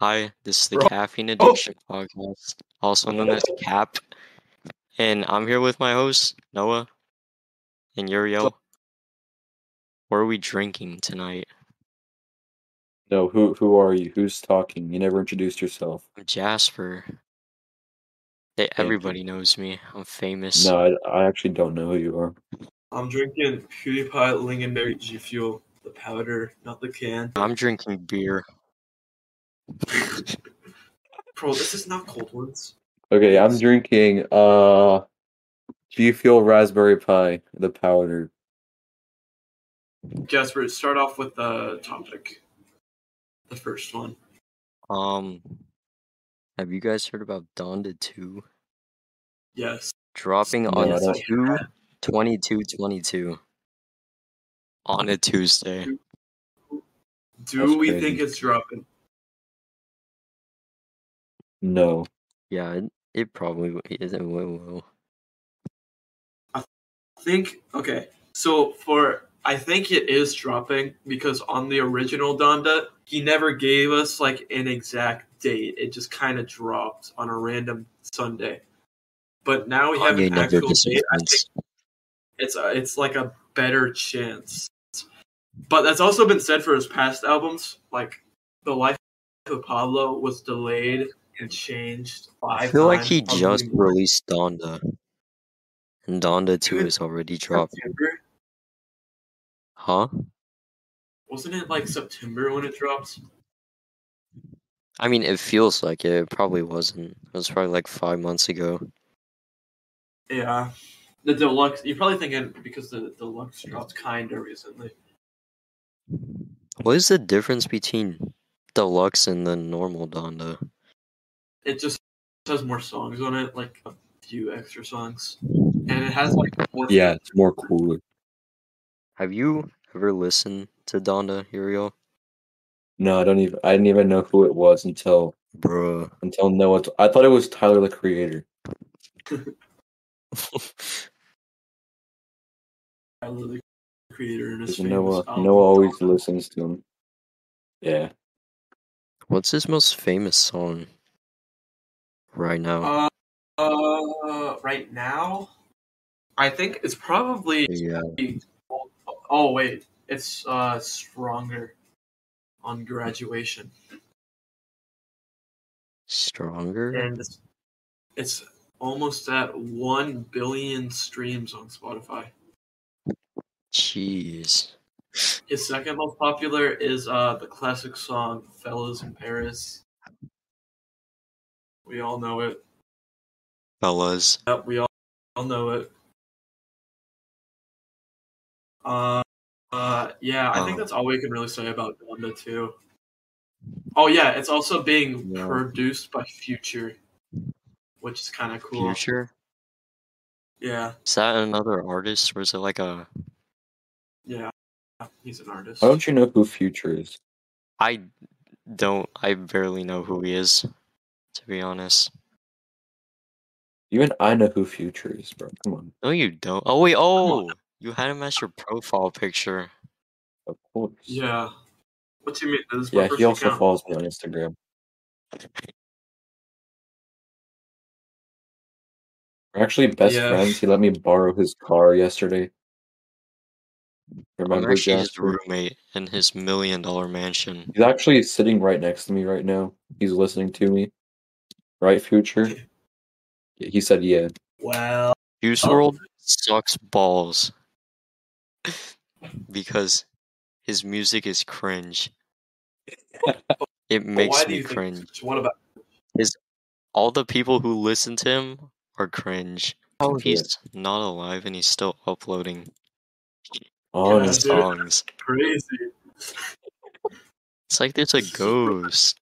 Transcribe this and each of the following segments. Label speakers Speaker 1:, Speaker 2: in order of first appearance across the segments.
Speaker 1: Hi, this is the
Speaker 2: Bro.
Speaker 1: Caffeine
Speaker 2: Oh.
Speaker 1: Addiction Podcast, also known as CAP. And I'm here with my hosts, Noah and Uriel. What are we drinking tonight?
Speaker 3: No, who who are you? Who's talking? You never introduced yourself.
Speaker 1: I'm Jasper. They,
Speaker 3: you.
Speaker 1: everybody knows me. I'm famous.
Speaker 3: No, I, I actually don't know who you are.
Speaker 2: I'm drinking PewDiePie Lingonberry G Fuel, the powder, not the can.
Speaker 1: I'm drinking beer.
Speaker 2: Bro, this is not cold ones.
Speaker 3: Okay, I'm drinking uh G Fuel Raspberry Pie, the powder.
Speaker 2: Jasper, start off with the topic. The first one.
Speaker 1: Um, have you guys heard about Donda 2
Speaker 2: Yes.
Speaker 1: dropping
Speaker 3: No,
Speaker 1: on
Speaker 3: I
Speaker 1: a
Speaker 3: don't.
Speaker 1: 2 22 22 on a Tuesday?
Speaker 2: Do
Speaker 3: That's
Speaker 2: we
Speaker 3: crazy.
Speaker 2: think it's dropping?
Speaker 3: No.
Speaker 1: Yeah, it, it probably w- it it will. will.
Speaker 2: I think okay. So for I think it is dropping because on the original Donda, he never gave us like an exact date. It just kind of dropped on a random Sunday. But now
Speaker 3: Oh,
Speaker 2: we have
Speaker 1: Kanye
Speaker 2: an
Speaker 1: never
Speaker 2: actual date. I think
Speaker 1: disappoints.
Speaker 2: it's a, it's like a better chance. But that's also been said for his past albums, like The Life of Pablo was delayed and changed five
Speaker 1: I feel like
Speaker 2: times,
Speaker 1: he
Speaker 2: probably
Speaker 1: just
Speaker 2: more.
Speaker 1: released Donda. And Donda 2
Speaker 2: Dude,
Speaker 1: is already dropped.
Speaker 2: September.
Speaker 1: Huh?
Speaker 2: Wasn't it like September when it dropped?
Speaker 1: I mean, it feels like it. It probably wasn't. It was probably like five months ago.
Speaker 2: Yeah. The deluxe. You're probably thinking because the deluxe dropped kinda recently.
Speaker 1: What is the difference between Deluxe and the normal Donda?
Speaker 2: It just has more songs on it, like a few extra songs, and it has like more.
Speaker 3: Yeah, it's more cooler.
Speaker 1: Have you ever listened to Donda, Uriel?
Speaker 3: No, I don't even I didn't even know who it was until
Speaker 1: Bruh.
Speaker 3: until Noah t- I thought it was Tyler the Creator.
Speaker 2: I love the creator and his
Speaker 3: Because
Speaker 2: famous Oh,
Speaker 3: Noah
Speaker 2: album.
Speaker 3: Noah always listens to him. Yeah.
Speaker 1: What's his most famous song right now?
Speaker 2: Uh, uh, right now, I think it's probably.
Speaker 1: yeah.
Speaker 2: Oh wait, it's uh stronger on graduation,
Speaker 1: Stronger?
Speaker 2: and it's, it's almost at one billion streams on Spotify.
Speaker 1: Jeez.
Speaker 2: His second most popular is uh the classic song "Fellas in Paris." We all know it.
Speaker 1: Fellas.
Speaker 2: Yep, we all, all know it. Uh, uh, yeah, I
Speaker 3: Um,
Speaker 2: think
Speaker 1: Oh.
Speaker 2: that's all we can really say about Donda 2. Oh, yeah, it's also being
Speaker 1: Yeah.
Speaker 2: produced by Future, which is kind of cool.
Speaker 1: Future?
Speaker 2: Yeah,
Speaker 1: Is that another artist or is it like a
Speaker 2: yeah, he's an artist.
Speaker 3: Why don't you know who Future is?
Speaker 1: I don't. I barely know who he is, to be honest.
Speaker 3: Even I know who Future is, bro. Come on.
Speaker 1: No, you don't. Oh wait. Oh, you had him as your profile picture.
Speaker 3: Of course.
Speaker 2: Yeah. What do you mean? This is my
Speaker 3: Yeah,
Speaker 2: first
Speaker 3: he also
Speaker 2: account.
Speaker 3: follows me on Instagram. We're actually best
Speaker 2: Yeah.
Speaker 3: friends. He let me borrow his car yesterday.
Speaker 1: I'm
Speaker 2: Oh,
Speaker 3: Remember,
Speaker 1: actually his
Speaker 3: Jasper?
Speaker 1: roommate in his million dollar mansion.
Speaker 3: He's actually sitting right next to me right now. He's listening to me. Right, future? Yeah, He said, "Yeah."
Speaker 2: Well,
Speaker 1: Juice
Speaker 2: Oh.
Speaker 1: World sucks balls because his music is cringe. It
Speaker 2: why
Speaker 1: makes
Speaker 2: do
Speaker 1: me
Speaker 2: you
Speaker 1: cringe.
Speaker 2: think? What about?
Speaker 1: All the people who listen to him are cringe. How
Speaker 3: Yeah.
Speaker 1: he's not alive and he's still uploading
Speaker 3: Oh, no.
Speaker 2: Dude.
Speaker 1: songs.
Speaker 2: Crazy.
Speaker 1: It's like there's a ghost.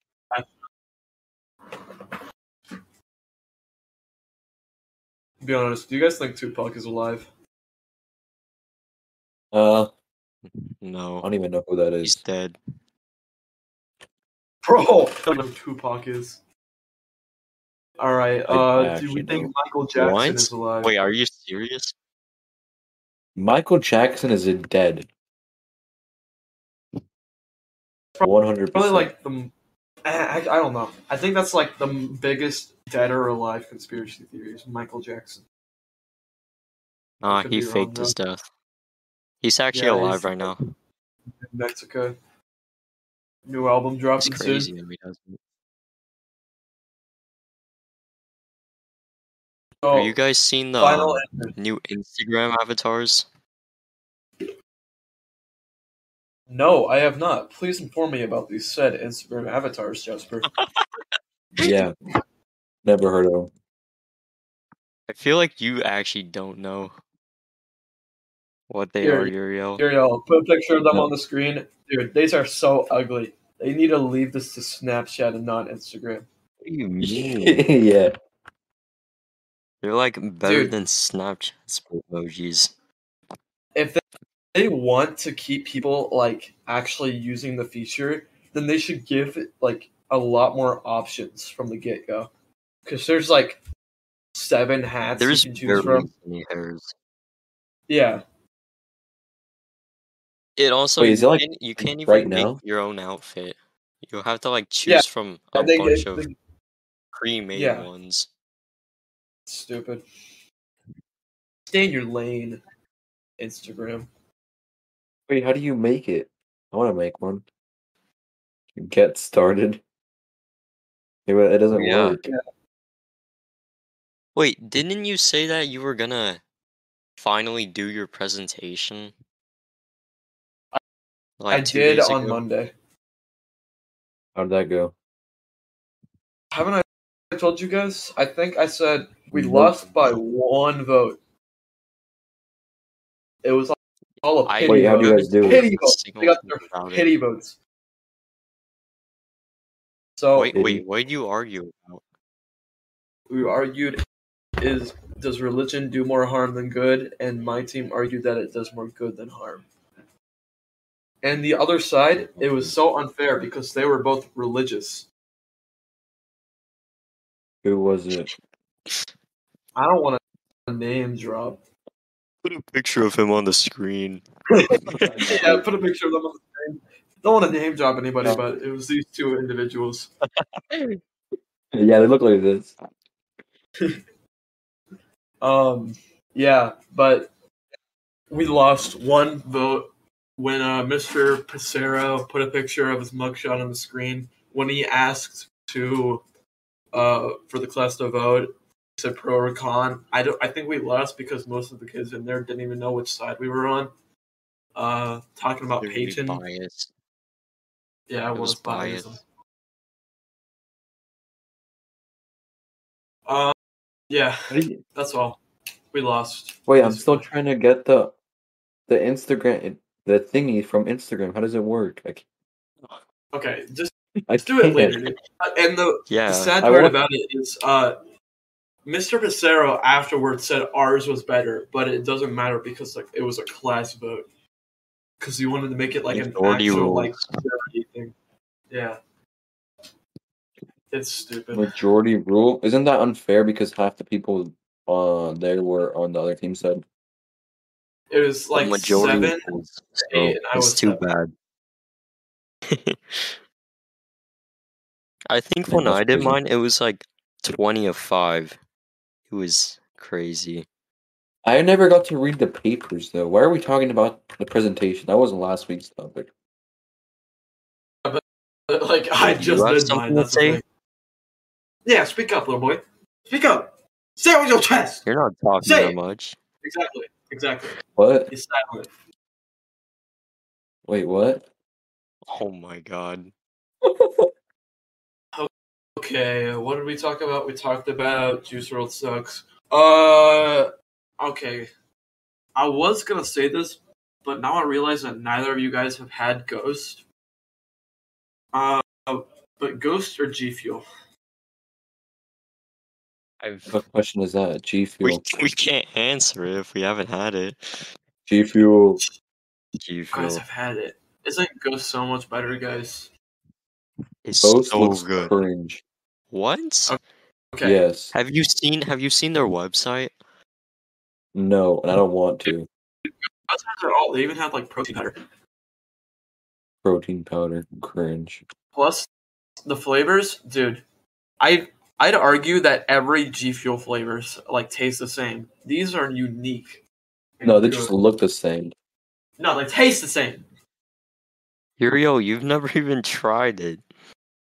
Speaker 2: To be honest, do you guys think Tupac is alive?
Speaker 3: Uh, I
Speaker 1: No,
Speaker 3: don't even know who that
Speaker 1: he's
Speaker 3: is.
Speaker 1: dead.
Speaker 2: Bro, I know who Tupac is. All right.
Speaker 3: I- I
Speaker 2: Uh, do
Speaker 3: actually
Speaker 2: we think
Speaker 3: don't.
Speaker 2: Michael Jackson
Speaker 1: What?
Speaker 2: is alive?
Speaker 1: Wait, are you serious?
Speaker 3: Michael Jackson is a dead. One hundred
Speaker 2: probably
Speaker 3: percent.
Speaker 2: like the I, I I don't know. I think that's like the m- biggest dead or alive conspiracy theory is Michael Jackson.
Speaker 1: Nah,
Speaker 2: could
Speaker 1: he
Speaker 2: be wrong,
Speaker 1: faked
Speaker 2: though.
Speaker 1: his death. He's actually
Speaker 2: Yeah,
Speaker 1: alive
Speaker 2: he's-
Speaker 1: right now.
Speaker 2: in Mexico. New album
Speaker 1: It's
Speaker 2: dropping
Speaker 1: crazy
Speaker 2: soon.
Speaker 1: that he does it.
Speaker 2: So,
Speaker 1: Have you guys seen the
Speaker 2: Oh, final
Speaker 1: um,
Speaker 2: answer.
Speaker 1: new Instagram avatars?
Speaker 2: No, I have not. Please inform me about these said Instagram avatars, Jasper.
Speaker 3: Yeah. Never heard of him.
Speaker 1: I feel like you actually don't know what they
Speaker 2: Here,
Speaker 1: are, Uriel.
Speaker 2: Here, y'all. Put a picture of them
Speaker 3: No.
Speaker 2: on the screen. Dude, these are so ugly. They need to leave this to Snapchat and not Instagram.
Speaker 1: What do you
Speaker 3: yeah.
Speaker 1: They're like better
Speaker 2: Dude.
Speaker 1: than Snapchat's emojis.
Speaker 2: If they, they want to keep people like actually using the feature, then they should give like a lot more options from the get go. Because there's like seven hats
Speaker 1: There's
Speaker 2: you can choose from.
Speaker 1: barely any errors.
Speaker 2: Yeah.
Speaker 1: It also
Speaker 3: Wait,
Speaker 1: you,
Speaker 3: is it, like,
Speaker 1: can't, you can't even
Speaker 3: right
Speaker 1: make
Speaker 3: now?
Speaker 1: your own outfit. You have to like choose
Speaker 2: Yeah,
Speaker 1: from a
Speaker 2: They-
Speaker 1: bunch
Speaker 2: they-
Speaker 1: of
Speaker 2: they-
Speaker 1: pre-made
Speaker 2: yeah.
Speaker 1: ones.
Speaker 2: stupid. Stay in your lane, Instagram.
Speaker 3: Wait, how do you make it? I want to make one. Get started. Yeah, but it doesn't
Speaker 1: Yeah.
Speaker 3: work.
Speaker 1: Wait, didn't you say that you were gonna finally do your presentation? Like
Speaker 2: I
Speaker 1: two
Speaker 2: did
Speaker 1: days
Speaker 2: on
Speaker 1: ago?
Speaker 2: Monday.
Speaker 3: How did that go?
Speaker 2: Haven't I told you guys? I think I said we
Speaker 3: Nope.
Speaker 2: lost by one vote. It was all a
Speaker 1: I
Speaker 2: pity
Speaker 3: Wait, how do you
Speaker 2: vote.
Speaker 3: guys do it?
Speaker 2: Pity votes.
Speaker 1: Single
Speaker 2: They got
Speaker 1: thing
Speaker 2: their
Speaker 1: about it.
Speaker 2: pity votes. So
Speaker 1: Wait, wait,
Speaker 3: Idiot.
Speaker 1: what did you argue about?
Speaker 2: we argued is does religion do more harm than good and my team argued that it does more good than harm and the other side it was so unfair because they were both religious
Speaker 3: Who was it?
Speaker 2: i don't want to name drop
Speaker 1: Put a picture of him on the screen.
Speaker 2: yeah put a picture of them on the screen don't want to name drop anybody but it was these two individuals
Speaker 3: Yeah, they look like this.
Speaker 2: Um, yeah, but we lost one vote when uh, Mr. Pacero put a picture of his mugshot on the screen when he asked to uh, for the class to vote. He said pro or con. I don't. I think we lost because most of the kids in there didn't even know which side we were on. Uh, talking about
Speaker 1: They're gonna be
Speaker 2: Peyton.
Speaker 1: biased.
Speaker 2: Yeah, I
Speaker 1: It was
Speaker 2: was biased.
Speaker 1: biased.
Speaker 2: Uh, yeah,
Speaker 3: How do you-
Speaker 2: that's all. We lost.
Speaker 3: Wait, I'm still trying to get the the Instagram the thingy from Instagram. How does it work? I can't,
Speaker 2: Okay, just
Speaker 3: I
Speaker 2: Let's do it
Speaker 3: can't.
Speaker 2: later. dude. Uh, And the,
Speaker 1: Yeah.
Speaker 2: the sad
Speaker 3: I
Speaker 2: part
Speaker 3: want-
Speaker 2: about it is, uh, Mr. Pissarro afterwards said ours was better, but it doesn't matter because like it was a class vote. Because he wanted to make it like an
Speaker 1: Majority
Speaker 2: actual
Speaker 1: rules.
Speaker 2: like charity thing. Yeah, it's stupid.
Speaker 3: Majority rule isn't that unfair? Because half the people uh there were on the other team side.
Speaker 2: It was
Speaker 1: The
Speaker 2: like
Speaker 1: majority
Speaker 2: seven.
Speaker 1: rules, so
Speaker 2: eight, and I
Speaker 1: it's
Speaker 2: was
Speaker 1: too bad. I think
Speaker 3: Yeah,
Speaker 1: when
Speaker 3: that's
Speaker 1: I did
Speaker 3: crazy.
Speaker 1: mine, it was like twenty of five. It was crazy.
Speaker 3: I never got to read the papers though. Why are we talking about the presentation? That wasn't last week's topic.
Speaker 2: Like I
Speaker 1: You
Speaker 2: just
Speaker 1: have
Speaker 2: did
Speaker 1: something to
Speaker 2: mine. That's the
Speaker 1: say?
Speaker 2: thing. Yeah, speak up, little boy. Speak up. Say it with your chest.
Speaker 1: You're not talking
Speaker 2: Say
Speaker 1: that
Speaker 2: it.
Speaker 1: much.
Speaker 2: Exactly. Exactly.
Speaker 3: What?
Speaker 2: He's silent.
Speaker 3: Wait, what?
Speaker 1: Oh my god.
Speaker 2: Okay, what did we talk about? We talked about Juice World sucks. Uh, okay. I was gonna say this, but now I realize that neither of you guys have had Ghost. Uh, but Ghost or G Fuel?
Speaker 1: I've,
Speaker 3: What question is that? G
Speaker 1: we
Speaker 3: Fuel.
Speaker 1: we can't answer it if we haven't had it.
Speaker 3: G Fuel.
Speaker 1: Do you
Speaker 2: You guys
Speaker 1: feel
Speaker 2: have had it. Isn't Ghost so much better, guys?
Speaker 1: it's
Speaker 3: Both
Speaker 1: so
Speaker 3: looks
Speaker 1: good?
Speaker 3: cringe.
Speaker 1: What?
Speaker 2: Okay. Okay.
Speaker 3: Yes.
Speaker 1: Have you seen Have you seen their website?
Speaker 3: No, and I don't want to.
Speaker 2: That's not at all. They even had like protein powder.
Speaker 3: Protein powder. Cringe.
Speaker 2: Plus, the flavors, dude. I I'd argue that every G Fuel flavors like tastes the same. These are unique. and
Speaker 3: No, they
Speaker 2: good.
Speaker 3: just look the same.
Speaker 2: no, they taste the same.
Speaker 1: Uriel, you've never even tried it.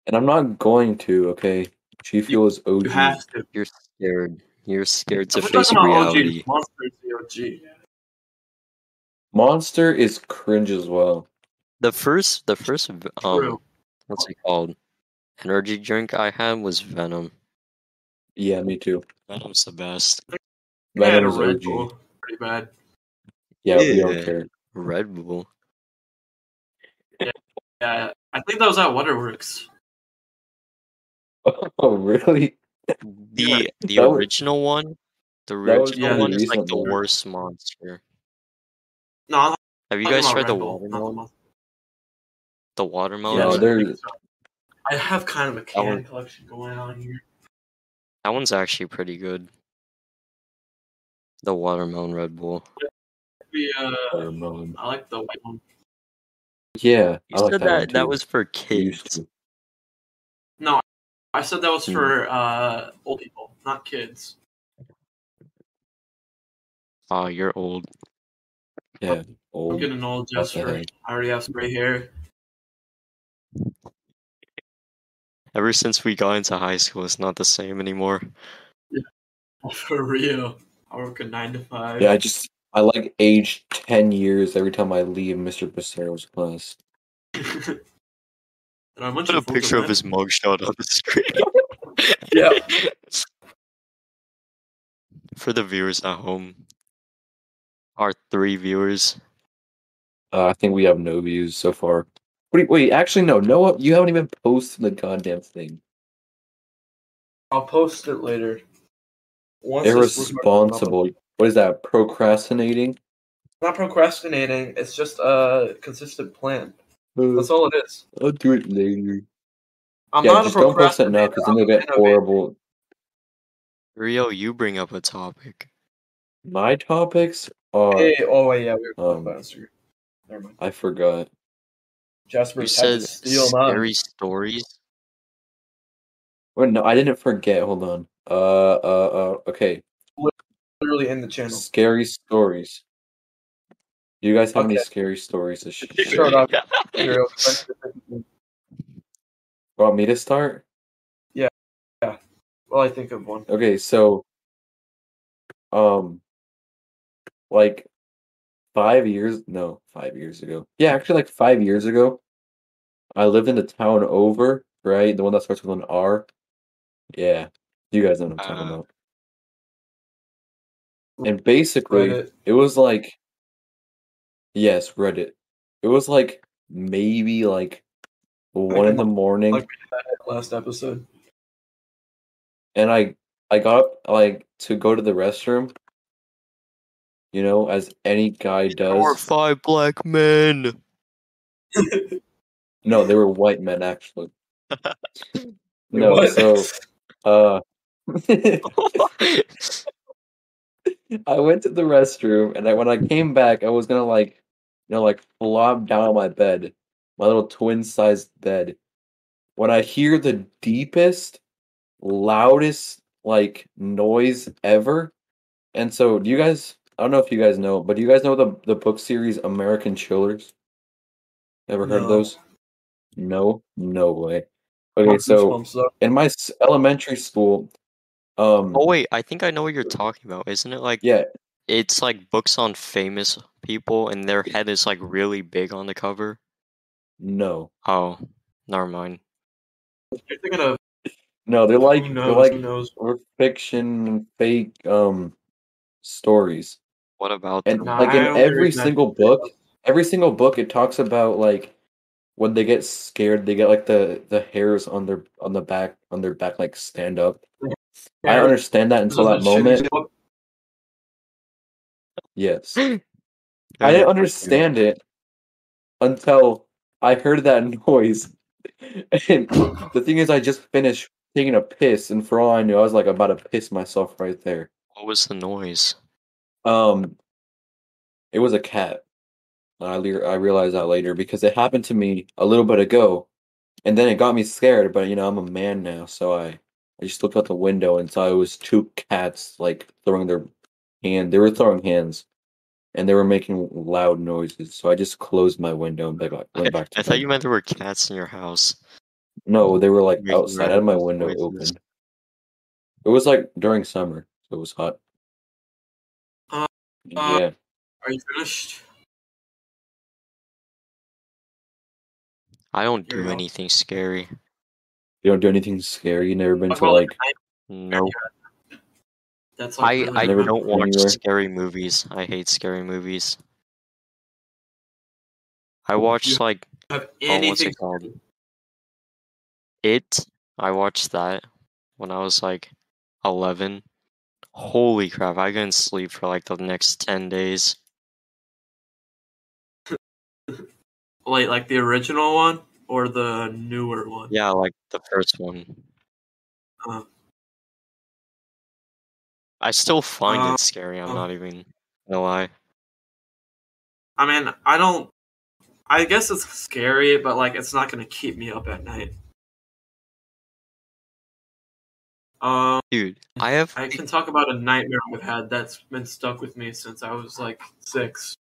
Speaker 3: And I'm not going to, okay? G Fuel is OG.
Speaker 2: You have to.
Speaker 1: You're scared. You're scared to
Speaker 2: We're
Speaker 1: face
Speaker 2: talking about
Speaker 1: reality.
Speaker 2: OG monsters, OG.
Speaker 3: Monster is cringe as well.
Speaker 1: The first, the first, v- um,
Speaker 2: True.
Speaker 1: what's it called? Energy drink I had was Venom.
Speaker 3: Yeah, me too.
Speaker 1: Venom's the best.
Speaker 2: I had a
Speaker 3: Venom's
Speaker 2: Red
Speaker 3: OG.
Speaker 2: Bull. Pretty bad.
Speaker 3: Yeah, we
Speaker 1: Yeah.
Speaker 3: don't care.
Speaker 1: Red Bull.
Speaker 2: Yeah, I think that was at Waterworks.
Speaker 3: Oh, really?
Speaker 1: The the
Speaker 3: that was-
Speaker 1: original one, the
Speaker 3: that was
Speaker 1: original
Speaker 2: the
Speaker 1: one is like the
Speaker 3: recent one.
Speaker 1: worst monster.
Speaker 2: No, I'm
Speaker 1: Have you
Speaker 2: talking
Speaker 1: guys
Speaker 2: about
Speaker 1: tried
Speaker 2: Red
Speaker 1: the
Speaker 2: Bull, not
Speaker 1: watermelon?
Speaker 2: monster.
Speaker 1: The
Speaker 3: no,
Speaker 1: watermelon.
Speaker 3: they're-
Speaker 2: I think so. I have kind of a
Speaker 1: one-
Speaker 2: can collection going on here.
Speaker 1: that one's actually pretty good. The watermelon Red Bull.
Speaker 2: The, uh,
Speaker 3: Watermelon.
Speaker 2: I like the white one.
Speaker 3: Yeah,
Speaker 1: You
Speaker 3: I like
Speaker 1: said
Speaker 3: that,
Speaker 1: that
Speaker 3: one
Speaker 1: that,
Speaker 3: too.
Speaker 1: was for
Speaker 3: I used
Speaker 1: kids.
Speaker 3: to.
Speaker 2: I said that was
Speaker 1: Hmm.
Speaker 2: for uh, old people, not kids.
Speaker 1: Oh, you're old.
Speaker 3: Yeah,
Speaker 2: I'm
Speaker 3: old.
Speaker 2: getting old just
Speaker 3: the
Speaker 2: for.
Speaker 3: heck?
Speaker 2: I already have some gray hair.
Speaker 1: Ever since we got into high school, it's not the same anymore.
Speaker 2: For real. I work a nine to five.
Speaker 3: Yeah, I just I like age ten years every time I leave Mr. Pacero's class.
Speaker 2: and I went
Speaker 1: Put
Speaker 2: to
Speaker 1: a picture of
Speaker 2: Pokemon.
Speaker 1: his mugshot on the screen
Speaker 2: Yeah.
Speaker 1: for the viewers at home. Our three viewers.
Speaker 3: Uh, I think we have no views so far. Wait, wait, actually no, no, you haven't even posted the goddamn thing.
Speaker 2: I'll post it later. Once this recording-
Speaker 3: Irresponsible. What is that? Procrastinating?
Speaker 2: Not procrastinating. It's just a consistent plan.
Speaker 3: Uh,
Speaker 2: That's all it is.
Speaker 3: I'll do it later.
Speaker 2: I'm
Speaker 3: yeah,
Speaker 2: not
Speaker 3: just
Speaker 2: a
Speaker 3: don't post
Speaker 2: procrastinator.
Speaker 3: it now because then you'll
Speaker 2: I'm an
Speaker 3: get
Speaker 2: innovator.
Speaker 3: horrible.
Speaker 1: Rio, you bring up a topic.
Speaker 3: My topics are.
Speaker 2: Hey, oh wait, yeah, we were talking
Speaker 3: Um,
Speaker 2: about Instagram. Never mind.
Speaker 3: I forgot.
Speaker 2: Jasper
Speaker 1: You
Speaker 2: had
Speaker 1: said
Speaker 2: to steal mine.
Speaker 1: scary stories.
Speaker 3: Wait, no, I didn't forget. Hold on. Uh, uh, uh. Okay.
Speaker 2: literally in the channel.
Speaker 3: Scary stories. Do you guys have any
Speaker 2: Okay.
Speaker 3: scary stories to sh-
Speaker 2: Sure
Speaker 3: share?
Speaker 2: enough.
Speaker 1: Yeah.
Speaker 2: You're over-
Speaker 3: Want me to start?
Speaker 2: well, I think of one.
Speaker 3: Okay, so, um, like five years, no, five years ago. Yeah, actually, like five years ago, I lived in the town over, right? The one that starts with an R. Yeah, you guys know what I'm talking
Speaker 1: Uh,
Speaker 3: about. And basically,
Speaker 2: Reddit.
Speaker 3: it was like, yes, Reddit. It was like maybe like one in the morning.
Speaker 2: Like- Last episode.
Speaker 3: and I I got up like to go to the restroom. You know, as any guy
Speaker 1: Or
Speaker 3: does.
Speaker 1: five black men.
Speaker 3: No, they were white men actually. No,
Speaker 2: What?
Speaker 3: so uh
Speaker 1: Oh,
Speaker 3: I went to the restroom and I when I came back I was gonna like you know like flop down on my bed, my little twin sized bed. When I hear the deepest, loudest like noise ever. And so do you guys I don't know if you guys know, but do you guys know the the book series American Chillers? Ever heard of
Speaker 2: No.
Speaker 3: those? No, no way. Okay, so
Speaker 2: Goosebumps, though.
Speaker 3: in my s- elementary school, um,
Speaker 1: Oh wait, I think I know what you're talking about. Isn't it like
Speaker 3: yeah,
Speaker 1: it's like books on famous people and their head is like really big on the cover?
Speaker 3: no,
Speaker 1: Oh, never mind.
Speaker 2: You're thinking of
Speaker 3: no, they're like
Speaker 2: who
Speaker 3: they're
Speaker 2: knows?
Speaker 3: like
Speaker 2: who knows?
Speaker 3: were fiction and fake um stories,
Speaker 1: What about
Speaker 3: and
Speaker 1: them?
Speaker 2: No,
Speaker 3: like
Speaker 2: I
Speaker 3: in
Speaker 2: don't
Speaker 3: every
Speaker 2: agree with that.
Speaker 3: single book, every single book, it talks about like when they get scared, they get like the the hairs on their on the back on their back like stand up. I don't understand that until that
Speaker 2: Those are the
Speaker 3: moment.
Speaker 2: shitty book-
Speaker 3: Yes. I didn't understand it until I heard that noise. And the thing is, I just finished taking a piss, and for all I knew, I was like about to piss myself right there.
Speaker 1: What was the noise?
Speaker 3: Um, it was a cat. I le- I realized that later because it happened to me a little bit ago, And then it got me scared, but you know, I'm a man now, so I I just looked out the window and saw it was two cats like throwing their hand. They were throwing hands, and they were making loud noises. So I just closed my window and back,
Speaker 1: Okay,
Speaker 3: went back to
Speaker 1: I thought
Speaker 3: bed.
Speaker 1: you meant there were cats in your house.
Speaker 3: No, they were like
Speaker 1: Making
Speaker 3: outside. I had my
Speaker 1: loud
Speaker 3: window
Speaker 1: noises.
Speaker 3: open. It was like during summer, so it was hot.
Speaker 2: Uh, uh,
Speaker 3: Yeah.
Speaker 2: Are you finished?
Speaker 1: I don't
Speaker 2: You're
Speaker 1: do
Speaker 2: out.
Speaker 1: anything scary.
Speaker 3: You don't do anything scary. You never been
Speaker 2: Talk
Speaker 3: to
Speaker 2: about, like,
Speaker 3: like
Speaker 2: night-
Speaker 1: No,
Speaker 2: That's like
Speaker 1: I
Speaker 2: really
Speaker 1: I
Speaker 3: never
Speaker 1: don't
Speaker 3: been
Speaker 1: watch
Speaker 3: anywhere.
Speaker 1: scary movies. I hate scary movies. I watched like
Speaker 2: have
Speaker 1: oh, what's
Speaker 2: anything.
Speaker 1: it called? It. I watched that when I was like eleven. Holy crap! I couldn't sleep for like the next ten days.
Speaker 2: Like like the original one or the newer one?
Speaker 1: Yeah, like the first one.
Speaker 2: Uh.
Speaker 1: I still find
Speaker 2: Uh,
Speaker 1: it scary. I'm
Speaker 2: uh.
Speaker 1: not even gonna lie.
Speaker 2: I mean, I don't. I guess it's scary, but like it's not gonna keep me up at night. Um,
Speaker 1: Dude, I have
Speaker 2: I can talk about a nightmare I've had that's been stuck with me since I was like six.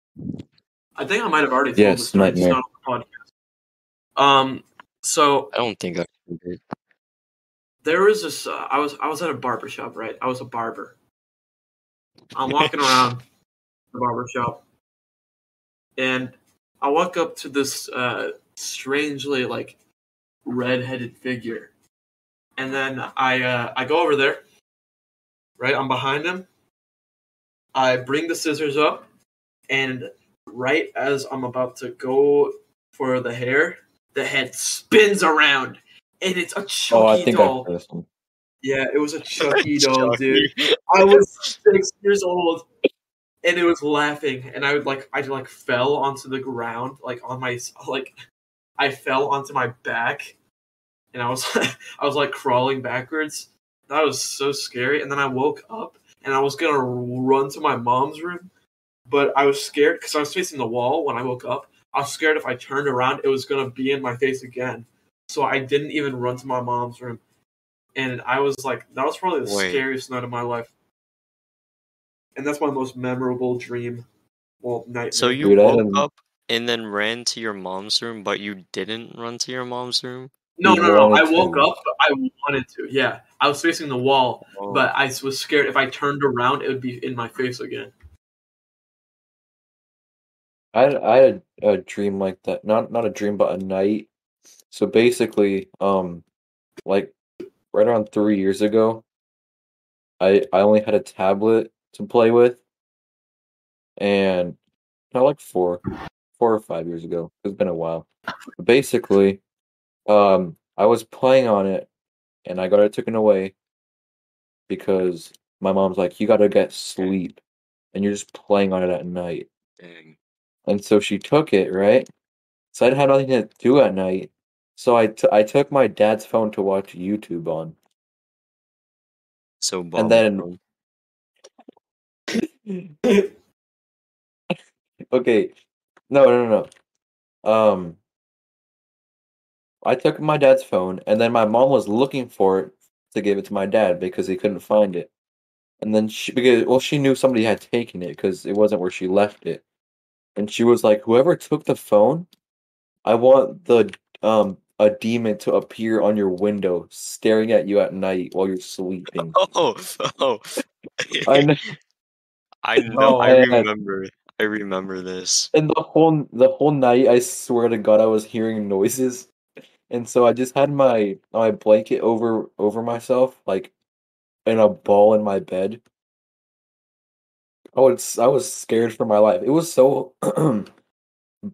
Speaker 2: I think I might have already told
Speaker 3: Yes,
Speaker 2: this story, just
Speaker 3: nightmare.
Speaker 2: not on the podcast. Um, so
Speaker 1: I don't think I can do it.
Speaker 2: there was this. Uh, I was I was at a barber shop, right? I was a barber. I'm walking around the barber shop, and I walk up to this uh, strangely like red-headed figure, and then I uh, I go over there, right? I'm behind him. I bring the scissors up, and right as I'm about to go for the hair, the head spins around, and it's a chunky
Speaker 3: Oh, I think
Speaker 2: doll.
Speaker 3: I've heard this one.
Speaker 2: Yeah, it was a Chucky doll, dude.
Speaker 1: Chucky.
Speaker 2: I was six years old, and it was laughing, and I would like, I like fell onto the ground, like on my, like I fell onto my back, and I was, I was like crawling backwards. That was so scary. And then I woke up, and I was gonna run to my mom's room, but I was scared because I was facing the wall when I woke up. I was scared if I turned around, it was gonna be in my face again. So I didn't even run to my mom's room. And I was like, that was probably the
Speaker 1: Wait.
Speaker 2: scariest night of my life. And that's my most memorable dream. Well, nightmare.
Speaker 1: So you
Speaker 3: Dude, I
Speaker 1: woke
Speaker 3: haven't-
Speaker 1: up and then ran to your mom's room, but you didn't run to your mom's room.
Speaker 2: no,
Speaker 3: you
Speaker 2: no, no. I
Speaker 3: wanted
Speaker 2: woke
Speaker 3: to.
Speaker 2: up, but I wanted to. Yeah. I was facing the wall,
Speaker 1: Oh,
Speaker 2: but I s- was scared if I turned around, it would be in my face again.
Speaker 3: I had, I had a, a dream like that. Not not a dream, but a night. So basically, um, like right around three years ago, I I only had a tablet to play with, and not like four, four or five years ago. It's been a while. But basically, um, I was playing on it, and I got it taken away because my mom's like, "You gotta get sleep, and you're just playing on it at night."
Speaker 1: Dang.
Speaker 3: and so she took it right so i didn't have nothing to do at night so I t- I took my dad's phone to watch youtube on
Speaker 1: So
Speaker 3: and then-
Speaker 1: bomb.
Speaker 3: okay no no no no um i took my dad's phone and then my mom was looking for it to give it to my dad because he couldn't find it and then she because well she knew somebody had taken it because it wasn't where she left it and she was like whoever took the phone I want the um a demon to appear on your window, staring at you at night while you're sleeping.
Speaker 1: Oh, oh.
Speaker 3: I know,
Speaker 1: I know.
Speaker 3: Oh,
Speaker 1: I
Speaker 3: man.
Speaker 1: remember. I remember this.
Speaker 3: and the whole the whole night, I swear to God, I was hearing noises, and so I just had my my blanket over over myself, like in a ball in my bed. I was I was scared for my life. It was so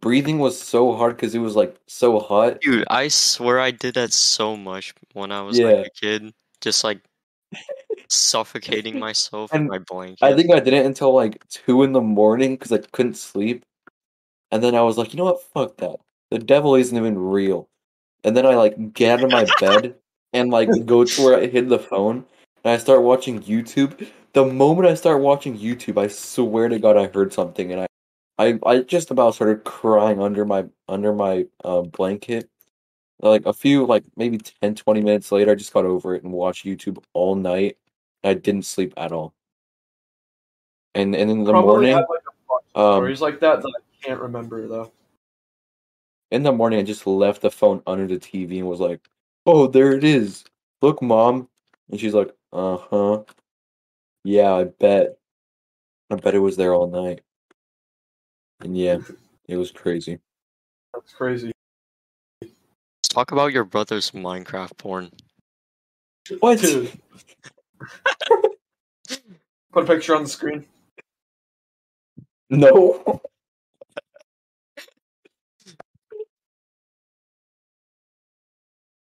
Speaker 3: breathing was so hard because it was like so hot.
Speaker 1: Dude, I swear I did that so much when I was like
Speaker 3: Yeah.
Speaker 1: a kid. Just like suffocating myself in
Speaker 3: And
Speaker 1: my blanket.
Speaker 3: I think I did it until like two in the morning because I couldn't sleep. And then I was like, you know what? Fuck that. The devil isn't even real. And then I like get out of my bed and like go to where I hid the phone and I start watching YouTube. The moment I start watching YouTube, I swear to God, I heard something and I, I, I just about started crying under my under my uh, blanket. Like a few, like maybe 10, 20 minutes later, I just got over it and watched YouTube all night. I didn't sleep at all. And and in the
Speaker 2: Probably
Speaker 3: morning,
Speaker 2: have, like, a bunch of
Speaker 3: um,
Speaker 2: stories like that that I can't remember though.
Speaker 3: in the morning, I just left the phone under the TV and was like, "Oh, there it is. Look, mom." And she's like, "Uh huh. Yeah, I bet. I bet it was there all night." And yeah, it was crazy.
Speaker 2: That's crazy.
Speaker 1: Let's talk about your brother's Minecraft porn.
Speaker 3: What?
Speaker 2: Dude. Put a picture on the screen.
Speaker 3: No.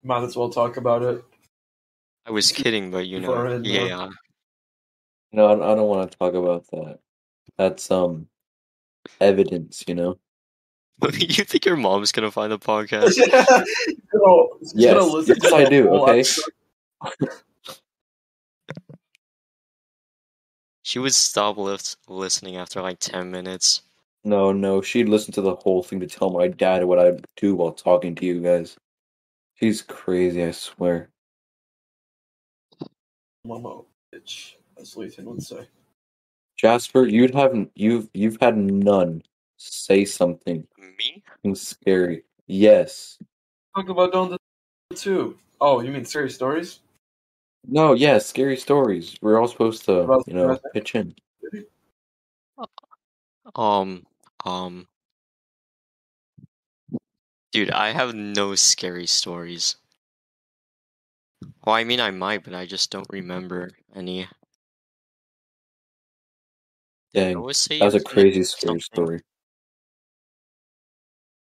Speaker 2: Might as well talk about it.
Speaker 1: I was kidding, but you
Speaker 2: Before I
Speaker 1: know,
Speaker 2: had
Speaker 1: yeah,
Speaker 2: none.
Speaker 3: No, I I don't want to talk about that. That's um evidence, you know.
Speaker 1: you think your mom's gonna find the podcast?
Speaker 2: No, she's
Speaker 3: Yes,
Speaker 2: gonna listen
Speaker 3: yes,
Speaker 2: to
Speaker 3: I
Speaker 2: the
Speaker 3: do,
Speaker 2: whole
Speaker 3: okay?
Speaker 2: episode.
Speaker 1: She would stop lis- listening after like ten minutes.
Speaker 3: No, no, she'd listen to the whole thing to tell my dad what I do while talking to you guys. She's crazy, I swear.
Speaker 2: Momo, bitch, as Lathan would say.
Speaker 3: Jasper, you'd have n- you've you've had none say something
Speaker 1: Me?
Speaker 3: something scary. Yes.
Speaker 2: Talk about Dawn the Two. Oh, you mean serious stories?
Speaker 3: No, yes, scary stories. We're all supposed to,
Speaker 2: About-
Speaker 3: you know, pitch in.
Speaker 1: Um, um. Dude, I have no scary stories. Well, I mean, I might, but I just don't remember any. I
Speaker 3: Dang.
Speaker 1: always say
Speaker 3: That was a
Speaker 1: you can't
Speaker 3: crazy
Speaker 1: do
Speaker 3: scary
Speaker 1: something-
Speaker 3: story.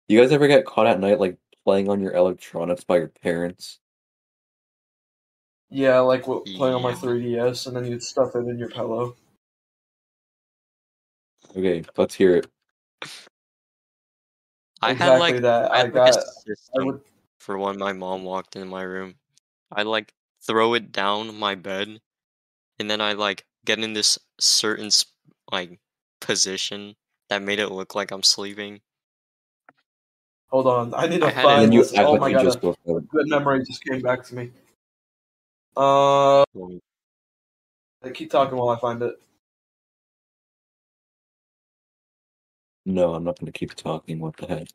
Speaker 3: You guys ever get caught at night like playing on your electronics by your parents?
Speaker 2: Yeah, like what, playing on my
Speaker 1: Yeah.
Speaker 2: 3DS, and then you'd stuff it in your pillow.
Speaker 3: Okay, let's hear it.
Speaker 1: I
Speaker 2: exactly
Speaker 1: had like
Speaker 2: that.
Speaker 1: I
Speaker 2: I,
Speaker 1: had like
Speaker 2: got.
Speaker 1: a
Speaker 2: I
Speaker 1: system
Speaker 2: would.
Speaker 1: for when my mom walked in my room. I like throw it down my bed, and then I like get in this certain s- like position that made it look like I'm sleeping.
Speaker 2: Hold on, I need
Speaker 1: I
Speaker 2: to
Speaker 1: had it.
Speaker 2: find.
Speaker 3: And you
Speaker 2: this.
Speaker 3: act
Speaker 2: Oh
Speaker 3: like
Speaker 2: my
Speaker 3: you
Speaker 2: god,
Speaker 3: just
Speaker 2: a
Speaker 3: woke up.
Speaker 2: good memory just came back to me. Uh,
Speaker 1: Like,
Speaker 2: keep talking while I find it.
Speaker 3: No, I'm not gonna keep talking. What the heck?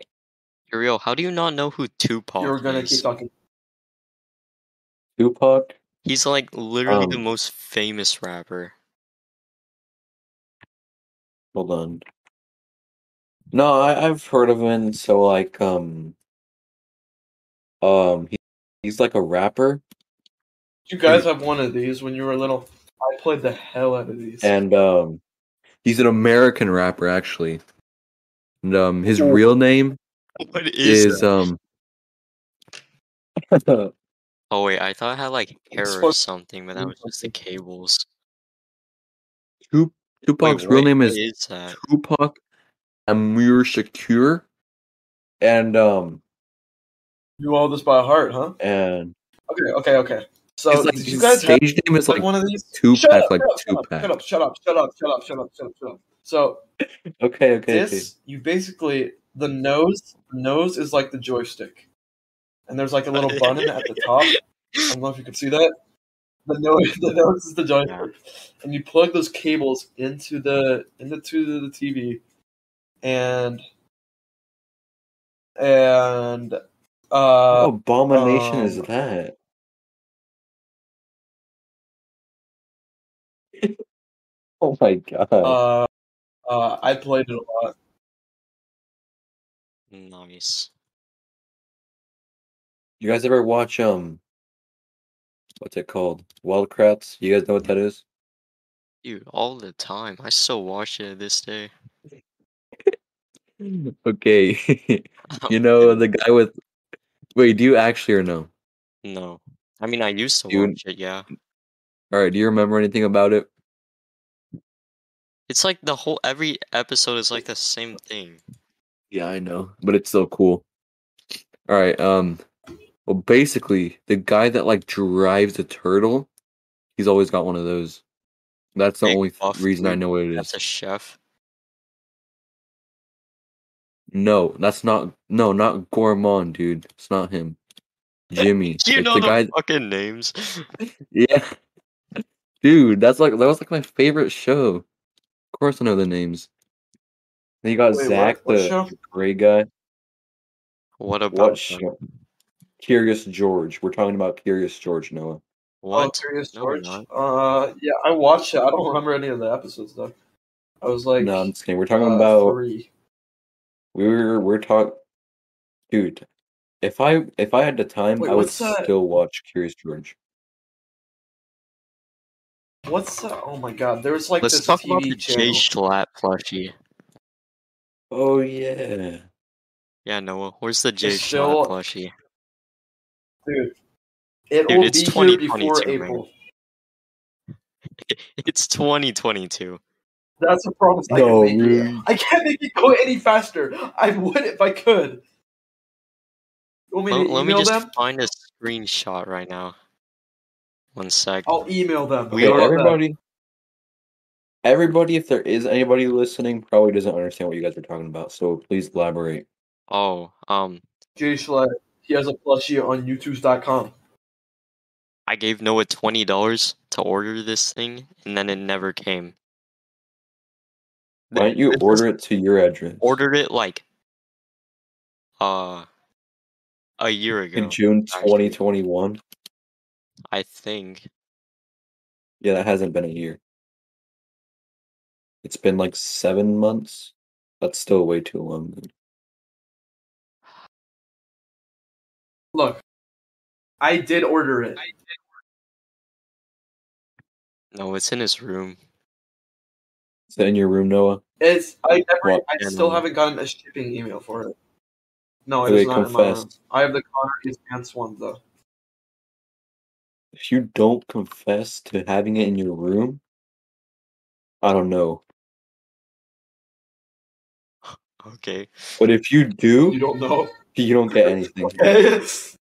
Speaker 1: Uriel, how do you not know who Tupac
Speaker 2: you were gonna
Speaker 1: is?
Speaker 2: keep talking.
Speaker 3: Tupac?
Speaker 1: He's like literally the
Speaker 3: Um,
Speaker 1: most famous rapper.
Speaker 3: Hold on. No, I, I've heard of him. So like, um, um, he, he's like a rapper,
Speaker 2: You guys have one of these when you were little. I played the hell out of these.
Speaker 3: and um, he's an American rapper actually. And um, his
Speaker 2: Oh.
Speaker 3: real name
Speaker 1: What is?
Speaker 3: is um.
Speaker 1: Oh wait, I thought I had like hair or
Speaker 2: supposed-
Speaker 1: something, but that was just the cables.
Speaker 3: Tu- Tupac's
Speaker 1: wait,
Speaker 3: real
Speaker 1: what
Speaker 3: name is
Speaker 1: that?
Speaker 3: Tupac Amir Shakur, and um,
Speaker 2: You all this by heart, huh?
Speaker 3: and
Speaker 2: Okay, okay, okay. So
Speaker 3: his, like,
Speaker 2: did you
Speaker 3: his
Speaker 2: guys have
Speaker 3: stage name is
Speaker 2: like
Speaker 3: like
Speaker 2: one of these?
Speaker 3: Tupac, like
Speaker 2: shut up, shut
Speaker 3: Tupac.
Speaker 2: up, shut up, shut up, shut up, shut up, shut up, shut up. So
Speaker 3: Okay, okay, okay.
Speaker 2: this, you basically the nose, the nose is like the joystick, and there's like a little button at the top. I don't know if you can see that. The nose, the nose is the joystick, and you plug those cables into the into to the TV, and and uh,
Speaker 3: what abomination is
Speaker 2: um,
Speaker 3: that? oh my god.
Speaker 2: uh, uh, I played it a lot.
Speaker 1: Nice.
Speaker 3: you guys ever watch um what's it called? Wildcrats? You guys know what that is?
Speaker 1: Dude, all the time. I still watch it this day.
Speaker 3: Okay. you know the guy with Wait, do you actually or no?
Speaker 1: No. I mean, I used to
Speaker 3: Dude.
Speaker 1: watch it, yeah.
Speaker 3: All right, do you remember anything about it?
Speaker 1: It's like the whole, every episode is like the same thing.
Speaker 3: Yeah, I know, but it's still cool. All right, um well basically the guy that like drives a turtle, he's always got one of those. That's the
Speaker 1: Big
Speaker 3: only
Speaker 1: buff
Speaker 3: reason I
Speaker 1: dude.
Speaker 3: know what it is.
Speaker 1: That's a chef.
Speaker 3: No, that's not. No, not Gourmand, dude. It's not him. Jimmy.
Speaker 1: You
Speaker 3: It's
Speaker 1: know
Speaker 3: the
Speaker 1: the,
Speaker 3: guy.
Speaker 1: fucking names.
Speaker 3: Yeah, dude, that's like that was like my favorite show. Of course, I know the names. Then you got
Speaker 2: Wait, what-
Speaker 3: Oh, Zach,
Speaker 2: what
Speaker 3: the
Speaker 2: show?
Speaker 3: gray guy.
Speaker 1: What about
Speaker 3: What
Speaker 1: them?
Speaker 3: show? Curious George. We're talking about Curious George, Noah.
Speaker 2: Oh,
Speaker 1: what?
Speaker 2: Curious
Speaker 1: No, we're
Speaker 2: George. uh, yeah, I watched it. I don't remember any of the episodes though. I was like,
Speaker 3: no, I'm just kidding. We're talking
Speaker 2: uh,
Speaker 3: about
Speaker 2: three.
Speaker 3: we were we're talking, dude. If I if I had the time,
Speaker 2: Wait,
Speaker 3: I would
Speaker 2: what's that?
Speaker 3: still watch Curious George.
Speaker 2: What's that? Oh my god, there was like
Speaker 1: Let's
Speaker 2: this
Speaker 1: talk
Speaker 2: TV
Speaker 1: about the J
Speaker 2: channel.
Speaker 1: Schlatt plushie.
Speaker 3: Oh yeah.
Speaker 1: Yeah, Noah. Where's the J
Speaker 2: It's
Speaker 1: Schlatt
Speaker 2: still-
Speaker 1: plushie?
Speaker 2: Dude, it
Speaker 1: Dude,
Speaker 2: will
Speaker 1: it's
Speaker 2: be here
Speaker 1: 2022,
Speaker 2: before
Speaker 1: man.
Speaker 2: April.
Speaker 1: It's 2022.
Speaker 2: That's a promise I
Speaker 3: No,
Speaker 2: can make
Speaker 3: really?
Speaker 2: you. I can't make it go any faster. I would if I could. You want me
Speaker 1: Let,
Speaker 2: to
Speaker 1: let me
Speaker 2: email
Speaker 1: just
Speaker 2: them?
Speaker 1: find a screenshot right now. One sec.
Speaker 2: I'll email them.
Speaker 1: We
Speaker 3: Okay,
Speaker 2: How about that?
Speaker 3: everybody. Everybody, if there is anybody listening, probably doesn't understand what you guys are talking about. So please elaborate.
Speaker 1: Oh, um,
Speaker 2: Jay Schlatt, he has a plushie on youtube.com.
Speaker 1: I gave Noah twenty dollars to order this thing, and then it never came.
Speaker 3: Why don't you
Speaker 1: This is-
Speaker 3: order it to your address?
Speaker 1: ordered it like uh a year ago,
Speaker 3: in June
Speaker 1: actually.
Speaker 3: 2021.
Speaker 1: I think.
Speaker 3: Yeah, that hasn't been a year. It's been like seven months. That's still way too long.
Speaker 2: Look, I did order it.
Speaker 1: No, it's in his room.
Speaker 3: Is that in your room, Noah?
Speaker 2: It's I never.
Speaker 3: What
Speaker 2: I still
Speaker 1: channel?
Speaker 2: haven't gotten a shipping email for it. No, it
Speaker 3: Wait,
Speaker 2: is Oh, not in my room.
Speaker 3: confess.
Speaker 2: I have the Connor is Pants one though.
Speaker 3: If you don't confess to having it in your room, I don't know.
Speaker 1: Okay.
Speaker 3: But if you do,
Speaker 2: You don't know.
Speaker 3: you don't get anything.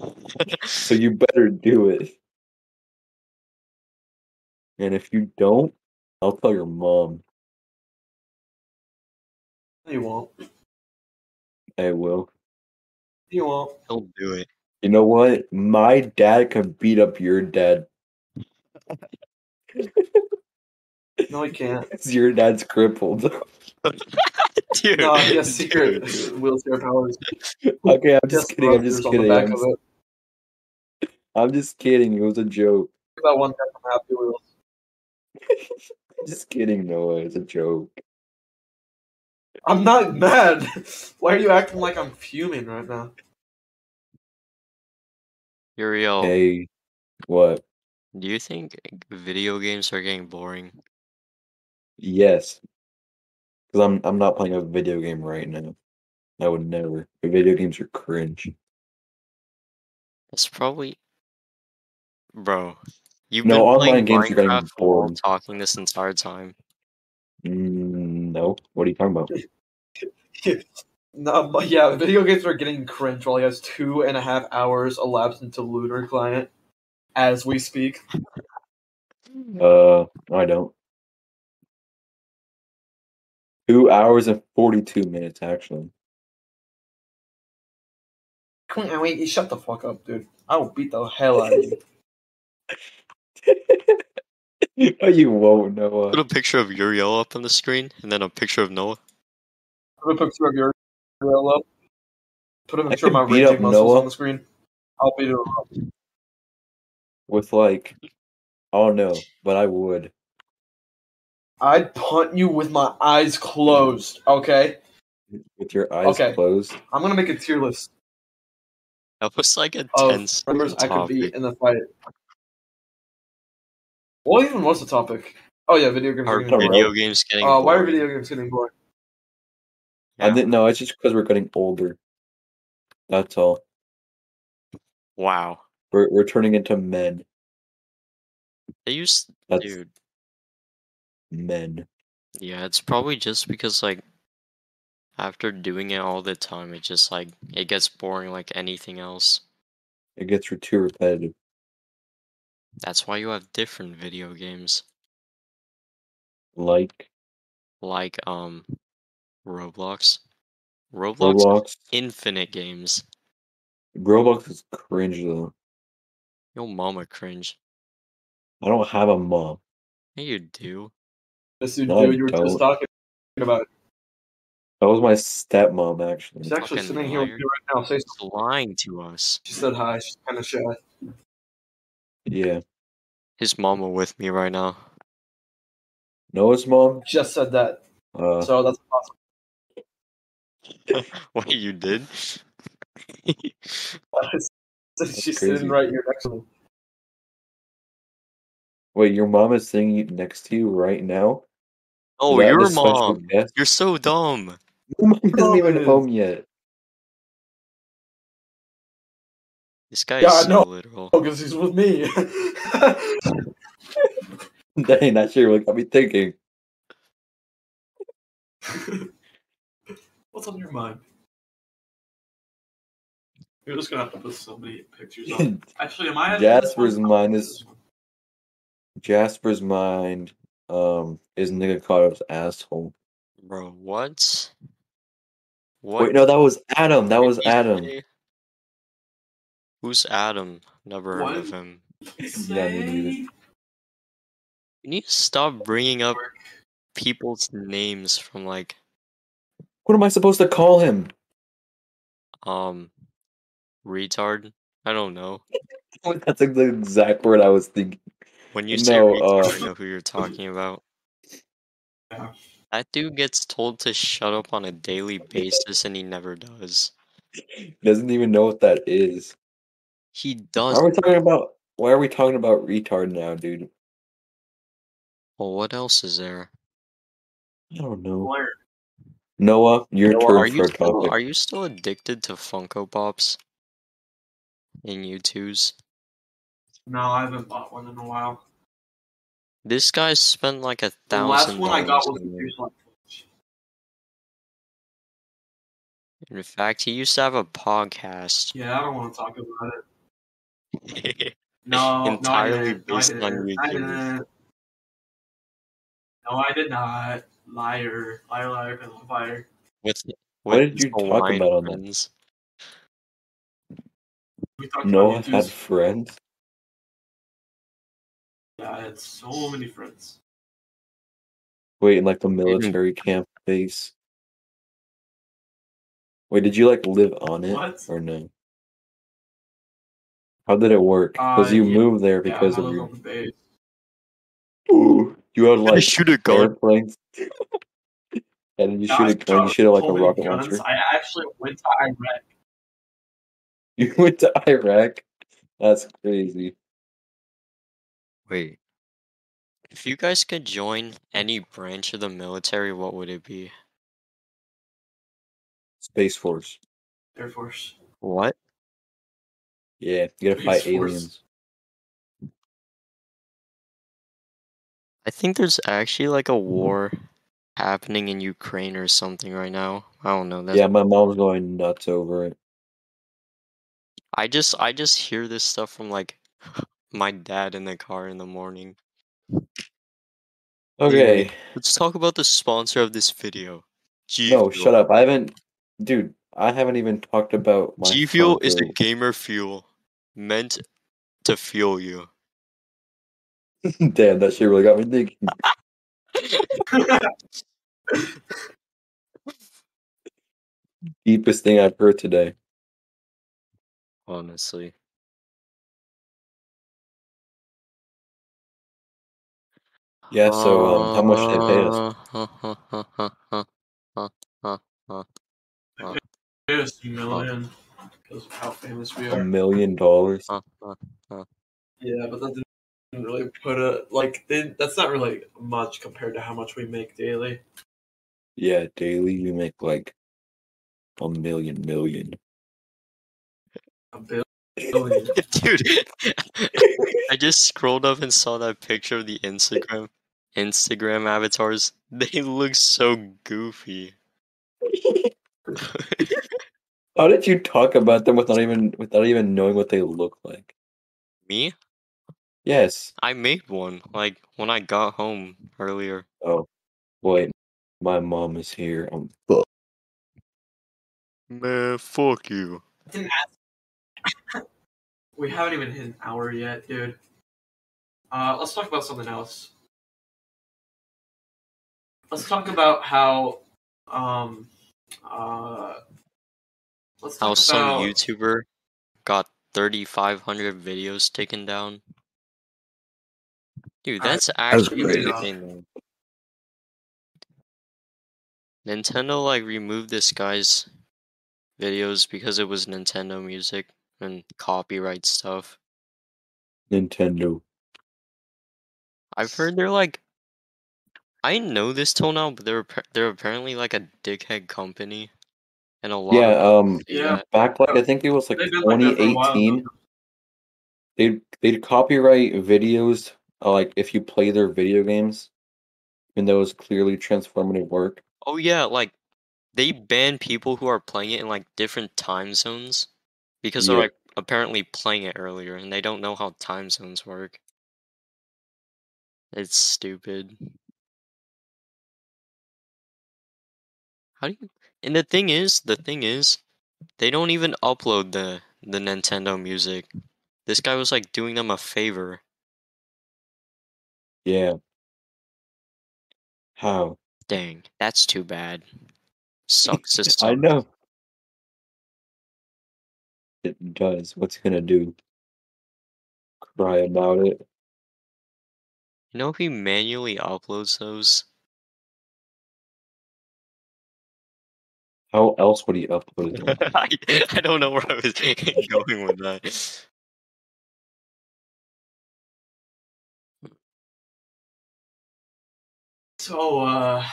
Speaker 2: Okay.
Speaker 3: So you better do it. And if you don't, I'll tell your mom.
Speaker 2: you won't.
Speaker 3: I will.
Speaker 2: You won't.
Speaker 1: He'll do it.
Speaker 3: You know what? My dad can beat up your dad.
Speaker 2: No, you can't.
Speaker 3: 'Cause Your dad's crippled.
Speaker 1: Dude,
Speaker 2: No, he has
Speaker 1: dude.
Speaker 2: secret wheelchair powers.
Speaker 3: okay, I'm just
Speaker 2: Yes,
Speaker 3: kidding. I'm just
Speaker 2: Rutgers on the
Speaker 3: kidding.
Speaker 2: back
Speaker 3: I'm,
Speaker 2: of
Speaker 3: just-
Speaker 2: it.
Speaker 3: I'm just kidding. It was a joke.
Speaker 2: That one guy from Happy Wheels.
Speaker 3: Just kidding, Noah. It's a joke.
Speaker 2: I'm not mad. Why are you acting like I'm fuming right now?
Speaker 1: Uriel,
Speaker 2: Oh.
Speaker 3: Hey, what?
Speaker 1: do you think video games are getting boring?
Speaker 3: Yes. Because I'm I'm not playing a video game right now. I would never. Video games are cringe.
Speaker 1: It's probably Bro. You've
Speaker 3: No,
Speaker 1: been
Speaker 3: online
Speaker 1: playing
Speaker 3: games are getting
Speaker 1: Minecraft while
Speaker 3: boring.
Speaker 1: talking this entire time.
Speaker 3: Mm, no. What are you talking about?
Speaker 2: No, but yeah, video games are getting cringe while he has two and a half hours elapsed into Lunar Client as we speak.
Speaker 3: Uh, I don't. Two hours and forty-two minutes, actually.
Speaker 2: Come on, wait, you shut the fuck up, dude. I will beat the hell out of you.
Speaker 3: no, you won't,
Speaker 1: Put
Speaker 3: Noah.
Speaker 1: a picture of Uriel up on the screen and then a picture of Noah.
Speaker 2: Put a picture of your grill up. Put a picture of
Speaker 3: could
Speaker 2: my
Speaker 3: beat
Speaker 2: raging
Speaker 3: up
Speaker 2: muscles
Speaker 3: Noah.
Speaker 2: on the screen. I'll beat it up.
Speaker 3: With like, oh no, but I would.
Speaker 2: I'd punt you with my eyes closed, okay?
Speaker 3: With your eyes
Speaker 2: Okay.
Speaker 3: closed.
Speaker 2: I'm gonna make a tier list
Speaker 1: That was like a
Speaker 2: of
Speaker 1: tense
Speaker 2: members Oh, I could
Speaker 1: topic.
Speaker 2: beat in the fight. What even was the topic? Oh yeah, video games.
Speaker 1: Are
Speaker 2: getting boring.
Speaker 1: video games getting
Speaker 2: Uh, why are
Speaker 1: boring?
Speaker 2: video games getting boring?
Speaker 3: I
Speaker 1: Yeah.
Speaker 3: didn't know. It's just because we're getting older. That's all.
Speaker 1: Wow.
Speaker 3: We're we're turning into men.
Speaker 1: They used
Speaker 3: That's
Speaker 1: dude.
Speaker 3: men.
Speaker 1: Yeah, it's probably just because like after doing it all the time, it just like it gets boring like anything else.
Speaker 3: It gets re- too repetitive.
Speaker 1: That's why you have different video games
Speaker 3: Like
Speaker 1: like um Roblox. Roblox,
Speaker 3: Roblox.
Speaker 1: infinite games.
Speaker 3: Roblox is cringe though.
Speaker 1: Your mama cringe.
Speaker 3: I don't have a mom.
Speaker 1: Hey, you do.
Speaker 2: Yes, you
Speaker 3: No,
Speaker 2: do.
Speaker 3: I
Speaker 2: You were just
Speaker 3: don't.
Speaker 2: talking about it.
Speaker 3: That was my stepmom actually.
Speaker 2: She's actually
Speaker 1: Fucking
Speaker 2: sitting here with
Speaker 1: liar.
Speaker 2: you right now. Say
Speaker 1: It's lying to us.
Speaker 2: she said hi. She's kind of shy.
Speaker 3: Yeah.
Speaker 1: His mama with me right now.
Speaker 3: Noah's mom?
Speaker 2: She just said that.
Speaker 3: Uh,
Speaker 2: So that's possible.
Speaker 1: What you did?
Speaker 2: So she's
Speaker 3: crazy.
Speaker 2: sitting right here next to me.
Speaker 3: wait, your mom is sitting next to you right now?
Speaker 1: oh,
Speaker 3: Is that
Speaker 1: your
Speaker 3: the special
Speaker 1: mom.
Speaker 3: guest?
Speaker 1: You're so dumb.
Speaker 3: Your mom isn't
Speaker 2: mom
Speaker 3: even
Speaker 2: is-
Speaker 3: home yet.
Speaker 1: This guy
Speaker 2: Yeah, I
Speaker 1: is so
Speaker 2: know.
Speaker 1: literal.
Speaker 2: Oh, because he's with me.
Speaker 3: Dang, that sure what got me thinking.
Speaker 2: What's on your mind? You're just gonna have to put so many pictures on. Actually, am I?
Speaker 3: Jasper's mind is Jasper's mind um is nigga Carter's asshole.
Speaker 1: Bro, what? What?
Speaker 3: Wait, no, that was Adam. That
Speaker 1: did
Speaker 3: was
Speaker 1: he
Speaker 3: Adam.
Speaker 1: say? Who's Adam? Never heard of
Speaker 2: What?
Speaker 1: him.
Speaker 3: Yeah, me neither.
Speaker 1: You need to stop bringing up people's names from like
Speaker 3: What am I supposed to call him?
Speaker 1: um retard. I don't know.
Speaker 3: That's like the exact word I was thinking.
Speaker 1: When you say
Speaker 3: No,
Speaker 1: retard, I
Speaker 3: uh,
Speaker 1: know who you're talking about.
Speaker 2: Yeah.
Speaker 1: That dude gets told to shut up on a daily basis and he never does.
Speaker 3: He doesn't even know what that is.
Speaker 1: He
Speaker 3: Why
Speaker 1: does.
Speaker 3: are we talking about why are we talking about retard now, dude?
Speaker 1: Well, what else is there?
Speaker 3: I don't know.
Speaker 2: Liar.
Speaker 3: Noah, your
Speaker 1: Noah,
Speaker 3: turn
Speaker 1: are
Speaker 3: for
Speaker 1: you
Speaker 3: a
Speaker 1: still,
Speaker 3: topic.
Speaker 1: are you still addicted to Funko Pops? In you twos?
Speaker 2: No, I haven't bought one in a while.
Speaker 1: This guy spent like a
Speaker 2: The
Speaker 1: thousand.
Speaker 2: last one I got
Speaker 1: dollars
Speaker 2: was
Speaker 1: on
Speaker 2: a
Speaker 1: them.
Speaker 2: Jewish lunch.
Speaker 1: In fact, he used to have a podcast
Speaker 2: Yeah, I don't want to talk about it. No,
Speaker 1: Entirely
Speaker 2: no, I didn't. No, I
Speaker 1: based on
Speaker 2: didn't.
Speaker 1: your
Speaker 2: I
Speaker 1: views.
Speaker 2: didn't. No, I did not. Liar, liar, liar, pillow of fire.
Speaker 1: with
Speaker 3: What
Speaker 1: with
Speaker 3: did
Speaker 1: his
Speaker 3: you talk
Speaker 1: Hawaiian
Speaker 3: about on that?
Speaker 1: friends.
Speaker 2: We talked
Speaker 3: Noah
Speaker 2: about
Speaker 3: had
Speaker 2: YouTube's.
Speaker 3: friends.
Speaker 2: Yeah, I had so many friends.
Speaker 3: Wait, in like the military camp base. Wait, did you like live on it
Speaker 2: What?
Speaker 3: or no? How did it work? Because
Speaker 2: Uh,
Speaker 3: you
Speaker 2: yeah,
Speaker 3: moved there because
Speaker 2: yeah, I
Speaker 3: of
Speaker 2: lived
Speaker 3: your
Speaker 2: on the base.
Speaker 3: Ooh, you had like
Speaker 1: shoot a
Speaker 3: airplanes. and then you
Speaker 2: Yeah,
Speaker 3: shoot
Speaker 2: I
Speaker 3: a gun, you
Speaker 2: shot
Speaker 3: shoot it like
Speaker 2: so
Speaker 3: a
Speaker 2: many
Speaker 3: rocket
Speaker 2: guns.
Speaker 3: launcher.
Speaker 2: I actually went to Iraq.
Speaker 3: You went to Iraq. That's crazy.
Speaker 1: Wait. If you guys could join any branch of the military, what would it be?
Speaker 3: Space Force.
Speaker 2: Air Force.
Speaker 1: What?
Speaker 3: Yeah, you gotta
Speaker 2: Space
Speaker 3: fight
Speaker 2: Force.
Speaker 3: aliens.
Speaker 1: I think there's actually like
Speaker 3: Mm-hmm.
Speaker 1: a war happening in Ukraine or something right now. I don't know. That's,
Speaker 3: Yeah, my mom's going nuts over it.
Speaker 1: I just I just hear this stuff from like my dad in the car in the morning.
Speaker 3: Okay.
Speaker 1: Let's talk about the sponsor of this video. G
Speaker 3: No, shut up. I haven't dude, I haven't even talked about my
Speaker 1: G Fuel is a
Speaker 3: Funko.
Speaker 1: gamer fuel meant to fuel you.
Speaker 3: Damn, that shit really got me thinking. Deepest thing I've heard today.
Speaker 1: Honestly.
Speaker 3: Yeah, so um, how much did they pay us?
Speaker 1: us?
Speaker 2: Yes, a million. Because of how famous we
Speaker 3: A
Speaker 2: are.
Speaker 3: million dollars?
Speaker 2: Yeah, but that didn't really put a like. They, that's not really much compared to how much we make daily.
Speaker 3: Yeah, daily you make like a million million.
Speaker 2: A bill- billion.
Speaker 1: Dude, I just scrolled up and saw that picture of the Instagram Instagram avatars. They look so goofy.
Speaker 3: How did you talk about them without even without even knowing what they look like?
Speaker 1: Me?
Speaker 3: Yes.
Speaker 1: I made one like when I got home earlier.
Speaker 3: Oh, wait. My mom is here. Um,
Speaker 1: Man, fuck you.
Speaker 2: I didn't ask We haven't even hit an hour yet, dude. Uh, let's talk about something else. Let's talk about how, um, uh, let's
Speaker 1: How
Speaker 2: talk
Speaker 1: some
Speaker 2: about
Speaker 1: YouTuber got 3,500 videos taken down. Dude,
Speaker 2: I-
Speaker 1: that's
Speaker 4: was
Speaker 1: actually
Speaker 4: crazy.
Speaker 1: insane. man. Nintendo like removed this guy's videos because it was Nintendo music and copyright stuff.
Speaker 3: Nintendo.
Speaker 1: I've heard they're like, I didn't know this till now, but they're appa- they're apparently like a dickhead company, and a lot.
Speaker 3: Yeah,
Speaker 1: of
Speaker 3: um,
Speaker 1: people do
Speaker 2: Yeah.
Speaker 1: that.
Speaker 3: back like I think it was like
Speaker 2: They've been like that for a while,
Speaker 3: 2018. They'd they'd copyright videos uh, like if you play their video games, even though it's clearly transformative work.
Speaker 1: Oh yeah, like they ban people who are playing it in like different time zones because they're
Speaker 3: Yeah.
Speaker 1: like apparently playing it earlier and they don't know how time zones work. It's stupid. How do you And the thing is, the thing is, they don't even upload the the Nintendo music. This guy was like doing them a favor.
Speaker 3: Yeah. How?
Speaker 1: Dang, that's too bad. Sucks to
Speaker 3: I
Speaker 1: suck.
Speaker 3: know. It does. What's it gonna do? Cry about it.
Speaker 1: You know if he manually uploads those?
Speaker 3: How else would he upload them?
Speaker 1: I, I don't know where I was going with that.
Speaker 2: So, uh,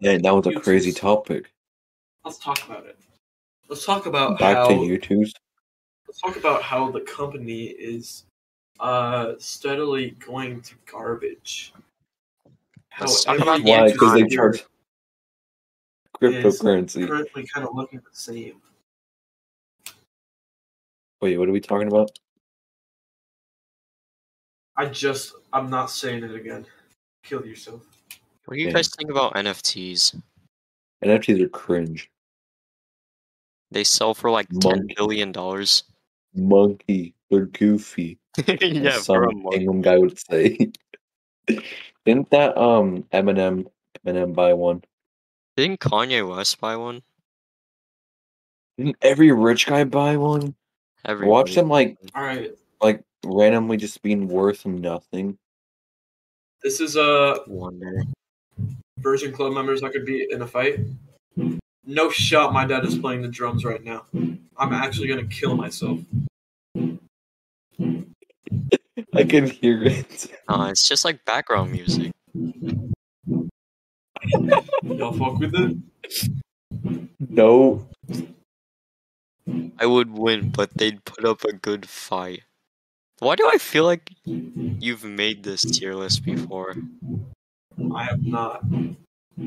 Speaker 3: Man, that was a crazy
Speaker 2: YouTubes.
Speaker 3: topic.
Speaker 2: let's talk about it. Let's talk about
Speaker 3: Back
Speaker 2: how
Speaker 3: to YouTube's.
Speaker 2: let's talk about how the company is uh steadily going to garbage.
Speaker 1: Let's
Speaker 2: every
Speaker 1: talk about
Speaker 2: YouTube
Speaker 3: Why? Because they
Speaker 2: is
Speaker 3: charge
Speaker 2: Is
Speaker 3: cryptocurrency.
Speaker 2: currently kind of looking the same.
Speaker 3: Wait, what are we talking about?
Speaker 2: I just I'm not saying it again. Kill yourself.
Speaker 1: What do you
Speaker 3: Yeah.
Speaker 1: guys think about NFTs?
Speaker 3: NFTs are cringe.
Speaker 1: They sell for like ten
Speaker 3: Monkey.
Speaker 1: billion dollars.
Speaker 3: Monkey. They're goofy. as
Speaker 1: yeah,
Speaker 3: some England guy would say. Didn't that um Eminem Eminem buy one?
Speaker 1: Didn't Kanye West buy one?
Speaker 3: Didn't every rich guy buy one?
Speaker 1: Everybody.
Speaker 3: Watch them like
Speaker 2: All right,
Speaker 3: like randomly just being worth nothing.
Speaker 2: this is uh
Speaker 1: one day.
Speaker 2: Virgin Club members I could be in a fight. No shot. My dad is playing the drums right now. I'm actually gonna kill myself.
Speaker 3: I can hear it.
Speaker 1: Nah, it's just like background music.
Speaker 2: Y'all fuck with it.
Speaker 3: No,
Speaker 1: I would win, but they'd put up a good fight. Why do I feel like you've made this tier list before?
Speaker 2: I am not.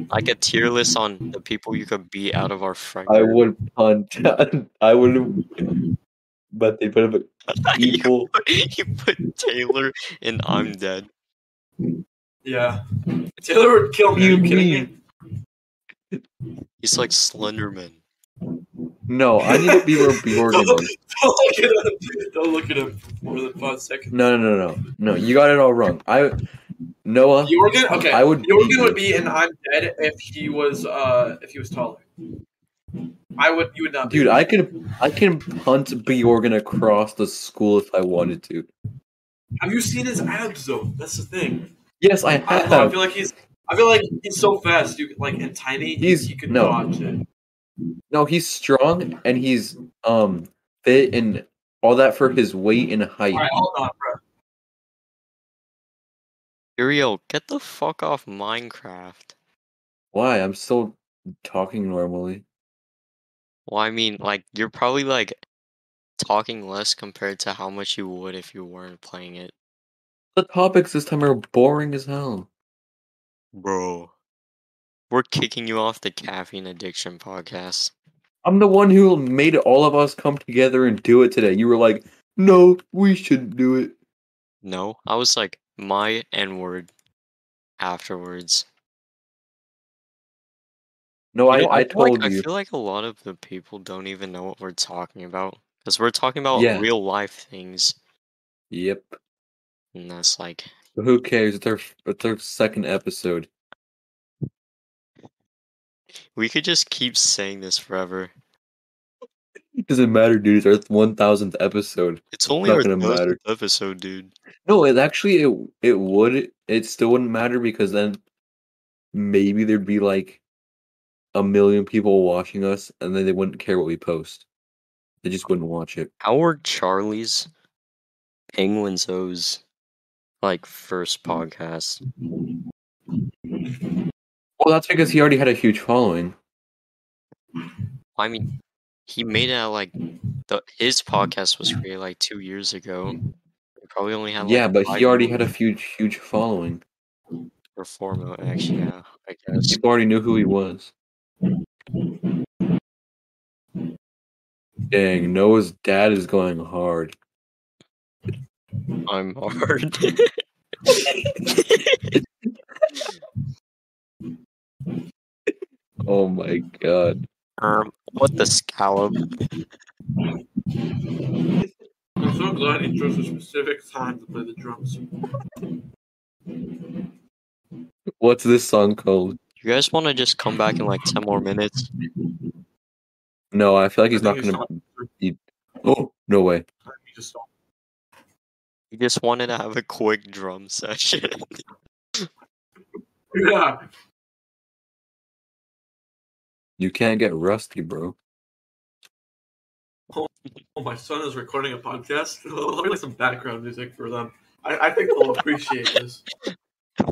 Speaker 1: Like a tier list on the people you could beat out of our friend.
Speaker 3: I
Speaker 1: group.
Speaker 3: would punt. I would, but they put up a
Speaker 1: you,
Speaker 3: equal.
Speaker 1: put, you put Taylor and I'm dead.
Speaker 2: Yeah, Taylor would kill me. Are you kidding me?
Speaker 1: He's like Slenderman.
Speaker 3: No, I need to be reorganized.
Speaker 2: Don't look at him. Don't look at him for more than five seconds.
Speaker 3: No, no, no, no, no. You got it all wrong. I, Noah,
Speaker 2: Jorgen, okay.
Speaker 3: I would.
Speaker 2: Jorgen would be in I'm dead if he was uh if he was taller. I would you would not be
Speaker 3: Dude, I could I can punt Bjorgen across the school if I wanted to.
Speaker 2: have you seen his abs though? That's the thing.
Speaker 3: Yes, I
Speaker 2: I don't know. I
Speaker 3: have.
Speaker 2: feel like he's I feel like he's so fast, you could- like and tiny
Speaker 3: He's-
Speaker 2: he could
Speaker 3: no.
Speaker 2: dodge it.
Speaker 3: No, he's strong and he's um fit and all that for his weight and height.
Speaker 2: Alright, hold on, bro.
Speaker 1: Uriel, get the fuck off Minecraft.
Speaker 3: Why? I'm still talking normally.
Speaker 1: Well, I mean, like, you're probably like talking less compared to how much you would if you weren't playing it.
Speaker 3: The topics this time are boring as hell.
Speaker 1: Bro. We're kicking you off the caffeine addiction podcast.
Speaker 3: I'm the one who made all of us come together and do it today. You were like, "No, we shouldn't do it."
Speaker 1: No, I was like my N word afterwards.
Speaker 3: No,
Speaker 1: You know,
Speaker 3: I, I
Speaker 1: feel like-
Speaker 3: told you.
Speaker 1: I feel like a lot of the people don't even know what we're talking about. Because we're talking about
Speaker 3: Yeah.
Speaker 1: real life things,
Speaker 3: Yep.
Speaker 1: and that's like,
Speaker 3: But who cares? It's our it's our second episode.
Speaker 1: we could just keep saying this forever.
Speaker 3: It doesn't matter, dude. It's our one thousandth episode.
Speaker 1: It's only
Speaker 3: not
Speaker 1: our
Speaker 3: gonna matter.
Speaker 1: thousandth episode, dude.
Speaker 3: No, it actually it it would it still wouldn't matter because then maybe there'd be like a million people watching us, and then they wouldn't care what we post. They just wouldn't watch it.
Speaker 1: Our Charlie's Penguins O's like first
Speaker 3: Mm.
Speaker 1: podcast.
Speaker 3: Well, that's because he already had a huge following.
Speaker 1: I mean, he made it out like the his podcast was created like two years ago. He probably only had like,
Speaker 3: yeah, but
Speaker 1: five
Speaker 3: he already had
Speaker 1: million
Speaker 3: a huge, huge following.
Speaker 1: or four million. Actually, yeah, I guess.
Speaker 3: People already knew who he was. Dang, Noah's dad is going hard.
Speaker 1: I'm hard.
Speaker 3: Oh my god.
Speaker 1: um, what the scallop?
Speaker 2: I'm so glad he chose a specific time to play the drums.
Speaker 3: What's this song called?
Speaker 1: You guys want to just come back in like ten more minutes?
Speaker 3: No, I feel like he's
Speaker 2: I
Speaker 3: not
Speaker 2: think
Speaker 3: gonna.
Speaker 2: it's
Speaker 3: Oh, no way.
Speaker 2: time you just saw.
Speaker 1: He just wanted to have a quick drum session.
Speaker 2: Yeah,
Speaker 3: You can't get rusty, bro.
Speaker 2: Oh, my son is recording a podcast. Let me like some background music for them. I, I think they'll appreciate this.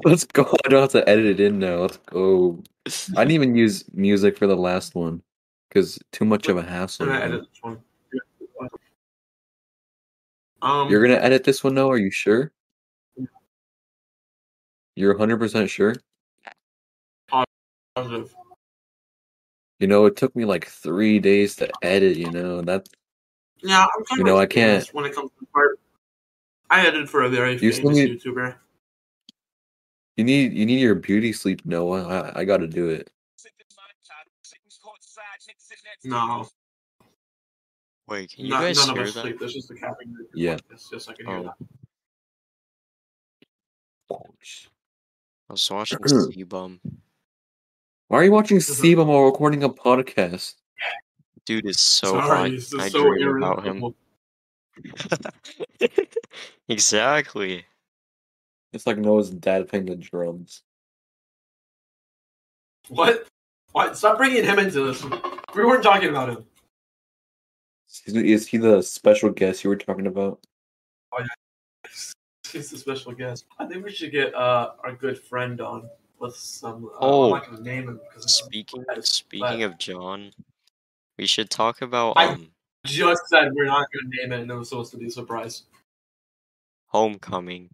Speaker 3: Let's go. I don't have to edit it in now. Let's go. I didn't even use music for the last one because too much of a hassle.
Speaker 2: I'm gonna
Speaker 3: man.
Speaker 2: edit this one. Um,
Speaker 3: You're gonna edit this one now? Are you sure? You're 100% sure?
Speaker 2: positive.
Speaker 3: You know, it took me like three days to edit, you know, that
Speaker 2: Yeah, I'm kind
Speaker 3: You
Speaker 2: of
Speaker 3: know, I can't-
Speaker 2: When it comes to part, I edited for a very
Speaker 3: You
Speaker 2: famous
Speaker 3: still need-
Speaker 2: YouTuber.
Speaker 3: you need you need your beauty sleep, Noah. I, I gotta do it.
Speaker 2: No,
Speaker 1: Wait, can you
Speaker 2: not,
Speaker 1: guys
Speaker 2: none of
Speaker 1: hear
Speaker 2: us
Speaker 1: that?
Speaker 2: sleep. There's just the caffeine.
Speaker 3: Yeah.
Speaker 2: It's just I can hear
Speaker 1: Oh,
Speaker 2: that.
Speaker 1: I was watching C-Bum.
Speaker 3: Why are you watching Sebum while recording a podcast?
Speaker 1: Dude is so
Speaker 2: Sorry,
Speaker 1: hot.
Speaker 2: this is
Speaker 1: I
Speaker 2: so
Speaker 1: dream about him.
Speaker 2: irredeemable.
Speaker 1: exactly.
Speaker 3: It's like Noah's dad playing the drums.
Speaker 2: What? What? Stop bringing him into this. We weren't talking about him.
Speaker 3: Is he- is he the special guest you were talking about?
Speaker 2: It's a special guest. I think we should get uh, our good friend on with some. Uh,
Speaker 1: Oh.
Speaker 2: I'm not gonna name him because
Speaker 1: Speaking
Speaker 2: But-
Speaker 1: speaking of John, we should talk about
Speaker 2: I-
Speaker 1: um,
Speaker 2: I just said we're not gonna name it, and it was supposed to be a surprise.
Speaker 1: Homecoming.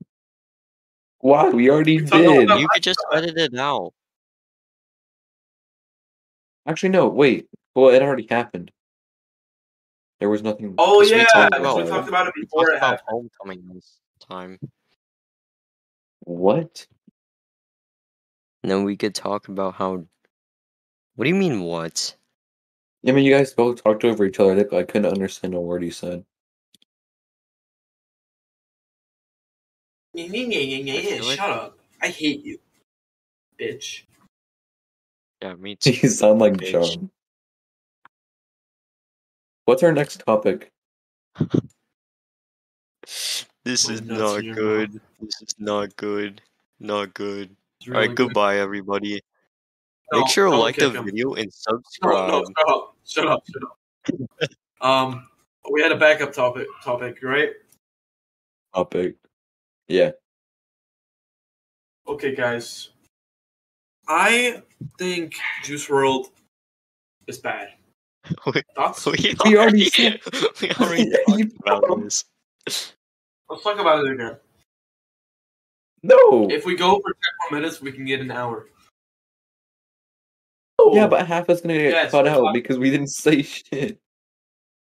Speaker 3: Wow, we already
Speaker 2: It's on the
Speaker 3: did.
Speaker 2: No,
Speaker 1: You could just edit it out.
Speaker 3: Actually, no, wait. Well, it already happened. There was nothing.
Speaker 2: Oh
Speaker 1: 'Cause we
Speaker 2: yeah,
Speaker 1: talked
Speaker 2: because we
Speaker 1: about it.
Speaker 2: talked about it
Speaker 1: We
Speaker 2: before.
Speaker 1: talked
Speaker 2: It
Speaker 1: about
Speaker 2: happened.
Speaker 1: Homecoming this time.
Speaker 3: What?
Speaker 1: And then we could talk about how. What do you mean? What?
Speaker 3: I mean, you guys both talked over each other. Nick, I couldn't understand a word you said.
Speaker 2: Nyeh, nyeh, nyeh, nyeh,
Speaker 1: I
Speaker 2: nyeh,
Speaker 1: feel it.
Speaker 2: Shut up! I hate you, bitch.
Speaker 1: Yeah, me too.
Speaker 3: You sound like
Speaker 1: Bitch.
Speaker 3: John. What's our next topic?
Speaker 1: This
Speaker 2: Put
Speaker 1: is
Speaker 2: nuts
Speaker 1: not
Speaker 2: in your mouth.
Speaker 1: good. This is not good. Not good.
Speaker 2: It's
Speaker 1: All
Speaker 2: really
Speaker 1: right,
Speaker 2: good.
Speaker 1: goodbye, everybody.
Speaker 2: No,
Speaker 1: Make sure to
Speaker 2: don't
Speaker 1: like the
Speaker 2: kick him.
Speaker 1: video and
Speaker 2: No,
Speaker 1: subscribe.
Speaker 2: no, shut up! Shut up! Shut up! um, we had a backup topic. Topic, right?
Speaker 3: Topic. Yeah.
Speaker 2: Okay, guys. I think Juice World is bad.
Speaker 1: We-
Speaker 2: Thoughts?
Speaker 1: We
Speaker 3: We
Speaker 1: already,
Speaker 3: already said-
Speaker 1: we already
Speaker 3: Yeah,
Speaker 1: talked
Speaker 3: you
Speaker 1: about
Speaker 3: know.
Speaker 1: this.
Speaker 2: Let's talk about it again.
Speaker 3: No.
Speaker 2: If we go for ten more minutes, we can get an hour.
Speaker 3: Yeah, but half is gonna get
Speaker 2: Yes,
Speaker 3: cut
Speaker 2: we're
Speaker 3: out
Speaker 2: talking-
Speaker 3: because we didn't say shit.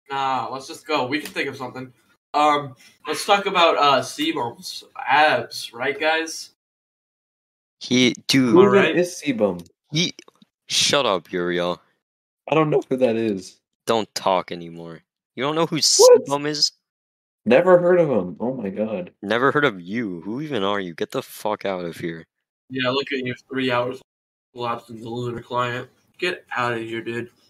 Speaker 2: Nah, let's just go. We can think of something. Um, let's talk about uh Sebum's abs, right, guys?
Speaker 1: He, dude,
Speaker 3: Who
Speaker 2: Alright.
Speaker 3: even is Sebum?
Speaker 1: he. Shut up, Uriel.
Speaker 3: I don't know who that is.
Speaker 1: Don't talk anymore. You don't know who
Speaker 3: What?
Speaker 1: Sebum is?
Speaker 3: Never heard of him. Oh my god.
Speaker 1: Never heard of you. Who even are you? Get the fuck out of here.
Speaker 2: Yeah, look at you. Three hours lapsed in the lunar client. Get out of here, dude.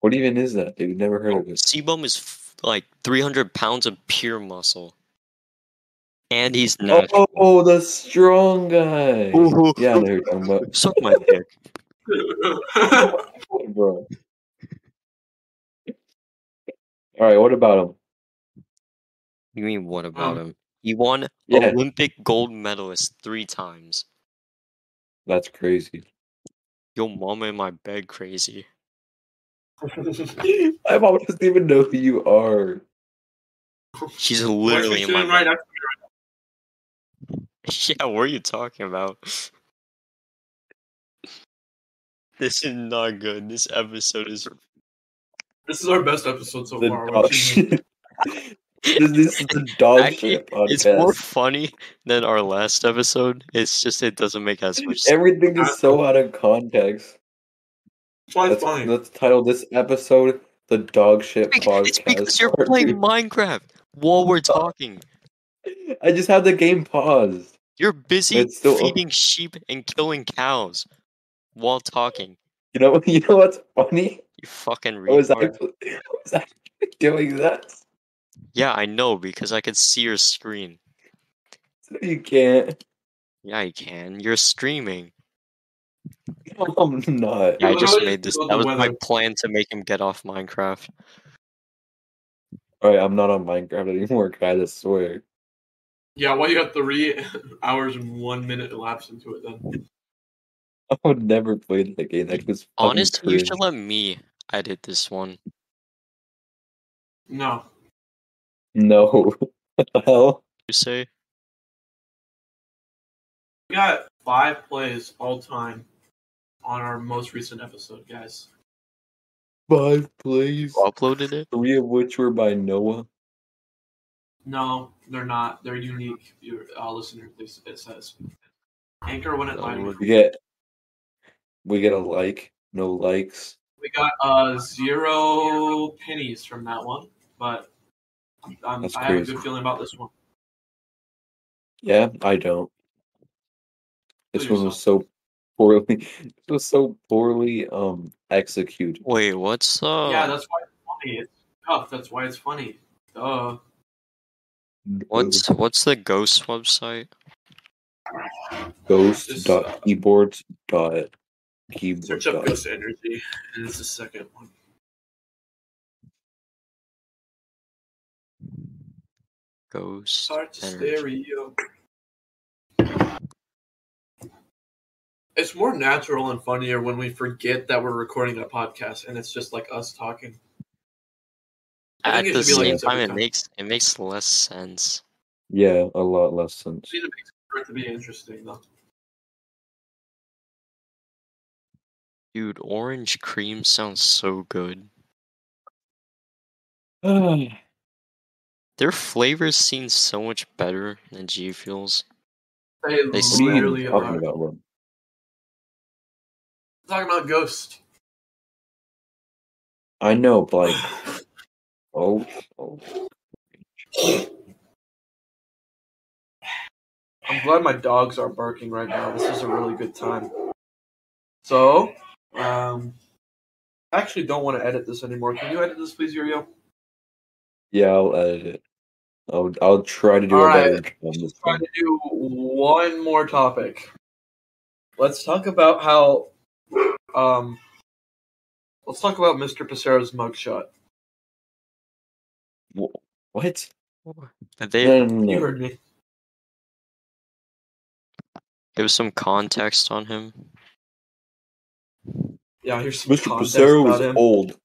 Speaker 3: What even is that, dude? Never heard of it.
Speaker 1: Sebum is f- like 300 pounds of pure muscle. And he's natural.
Speaker 3: Oh, the strong guy.
Speaker 1: Ooh.
Speaker 3: Yeah, I know who you're talking about.
Speaker 1: Suck my dick.
Speaker 3: Bro. All right, what about him?
Speaker 1: You mean what about
Speaker 2: Um,
Speaker 1: him? He won
Speaker 3: Yeah,
Speaker 1: Olympic gold medalist three times.
Speaker 3: that's crazy.
Speaker 1: Yo, mama in my bed crazy.
Speaker 3: My mom doesn't even know who you are.
Speaker 1: She's
Speaker 2: Why is
Speaker 1: literally
Speaker 2: she
Speaker 1: in my
Speaker 2: sitting right
Speaker 1: bed.
Speaker 2: next to
Speaker 1: Yeah, what are you talking about? This is not good. This episode is
Speaker 2: me? This is our best episode so
Speaker 3: The
Speaker 2: far. What
Speaker 3: dog
Speaker 2: do you mean?
Speaker 3: shit. this, this is the dog
Speaker 1: Actually,
Speaker 3: shit podcast.
Speaker 1: it's more funny than our last episode. It's just it doesn't make as much sense.
Speaker 3: Everything is so out of context.
Speaker 2: That's why it's
Speaker 3: Let's,
Speaker 2: funny.
Speaker 3: let's title this episode the dog shit podcast.
Speaker 1: It's because you're
Speaker 3: Part
Speaker 1: playing
Speaker 3: Two.
Speaker 1: Minecraft while we're talking.
Speaker 3: I just have the game paused.
Speaker 1: You're busy
Speaker 3: It's still open.
Speaker 1: feeding sheep and killing cows while talking.
Speaker 3: You know, you know what's funny?
Speaker 1: You fucking
Speaker 3: I was
Speaker 1: retard.
Speaker 3: actually, I was actually doing that.
Speaker 1: Yeah, I know because I could see your screen.
Speaker 3: No, You can't.
Speaker 1: Yeah, you can. You're streaming.
Speaker 3: No, I'm not.
Speaker 1: Yeah, I
Speaker 2: Yo,
Speaker 1: just
Speaker 2: how
Speaker 1: made
Speaker 2: is
Speaker 1: this.
Speaker 2: the
Speaker 1: That was my
Speaker 2: weather?
Speaker 1: plan to make him get off Minecraft.
Speaker 3: All right, I'm not on Minecraft anymore, guys. I swear.
Speaker 2: Yeah, why you got three hours and one minute elapsed into it then?
Speaker 3: I would never play that game. That was fucking
Speaker 1: Honestly, you should
Speaker 3: cringe.
Speaker 1: let me edit this one.
Speaker 2: No.
Speaker 3: No. What the hell?
Speaker 1: You say?
Speaker 2: We got five plays all time on our most recent episode, guys.
Speaker 3: Five plays,
Speaker 1: You uploaded it?
Speaker 3: three of which were by Noah.
Speaker 2: No, they're not. They're unique. Your uh, listener, at least it says. Anchor wouldn't
Speaker 1: That
Speaker 2: lie to me.
Speaker 1: would-
Speaker 3: We get, we get a like, no likes.
Speaker 2: We got uh, zero pennies from that one, but um,
Speaker 3: That's
Speaker 2: I have a
Speaker 3: crazy.
Speaker 2: good feeling about this one.
Speaker 3: Yeah, I don't. This
Speaker 2: Kill
Speaker 3: one was so poorly. It was so poorly um executed.
Speaker 1: Wait, what's uh?
Speaker 2: Yeah, that's why it's funny. It's tough. That's why it's funny. Duh.
Speaker 1: What's what's the ghost website?
Speaker 3: ghost
Speaker 2: Just,
Speaker 3: dot
Speaker 2: uh,
Speaker 3: keyboards dot keyboard
Speaker 2: Search up
Speaker 3: dot
Speaker 2: Ghost Energy, and it's the second one.
Speaker 1: Ghost.
Speaker 2: Start to
Speaker 1: Energy.
Speaker 2: stereo. It's more natural and funnier when we forget that we're recording a podcast and it's just like us talking. I
Speaker 1: At
Speaker 2: think it
Speaker 1: the
Speaker 2: should be like
Speaker 1: same
Speaker 2: this every
Speaker 1: time, it
Speaker 2: time.
Speaker 1: makes it makes less sense.
Speaker 3: yeah a lot less sense.
Speaker 2: See, it makes it for it to be interesting though.
Speaker 1: Dude, orange cream sounds so good.
Speaker 3: yeah,
Speaker 1: Their flavors seem so much better than G Fuels.
Speaker 2: They
Speaker 1: They
Speaker 3: what are you
Speaker 2: literally
Speaker 3: even
Speaker 2: are.
Speaker 3: talking about, bro?
Speaker 2: talking about Ghost.
Speaker 3: I know, but like oh, oh,
Speaker 2: I'm glad my dogs are barking right now. This is a really good time. So, um, I actually don't want to edit this anymore. Can you edit this, please, Yurio?
Speaker 3: yeah, I'll edit it. I'll I'll try to do
Speaker 2: All
Speaker 3: a
Speaker 2: right.
Speaker 3: better job this
Speaker 2: Try
Speaker 3: time.
Speaker 2: to do one more topic. Let's talk about how. Um, let's talk about Mr. Pacero's mugshot.
Speaker 3: Wh- What?
Speaker 1: But They,
Speaker 3: No, no, no,
Speaker 2: You
Speaker 3: no.
Speaker 2: heard me.
Speaker 1: There was some context on him.
Speaker 2: Yeah, here's some
Speaker 3: Mr.
Speaker 2: context
Speaker 3: Pacero
Speaker 2: about
Speaker 3: was
Speaker 2: him.
Speaker 3: old.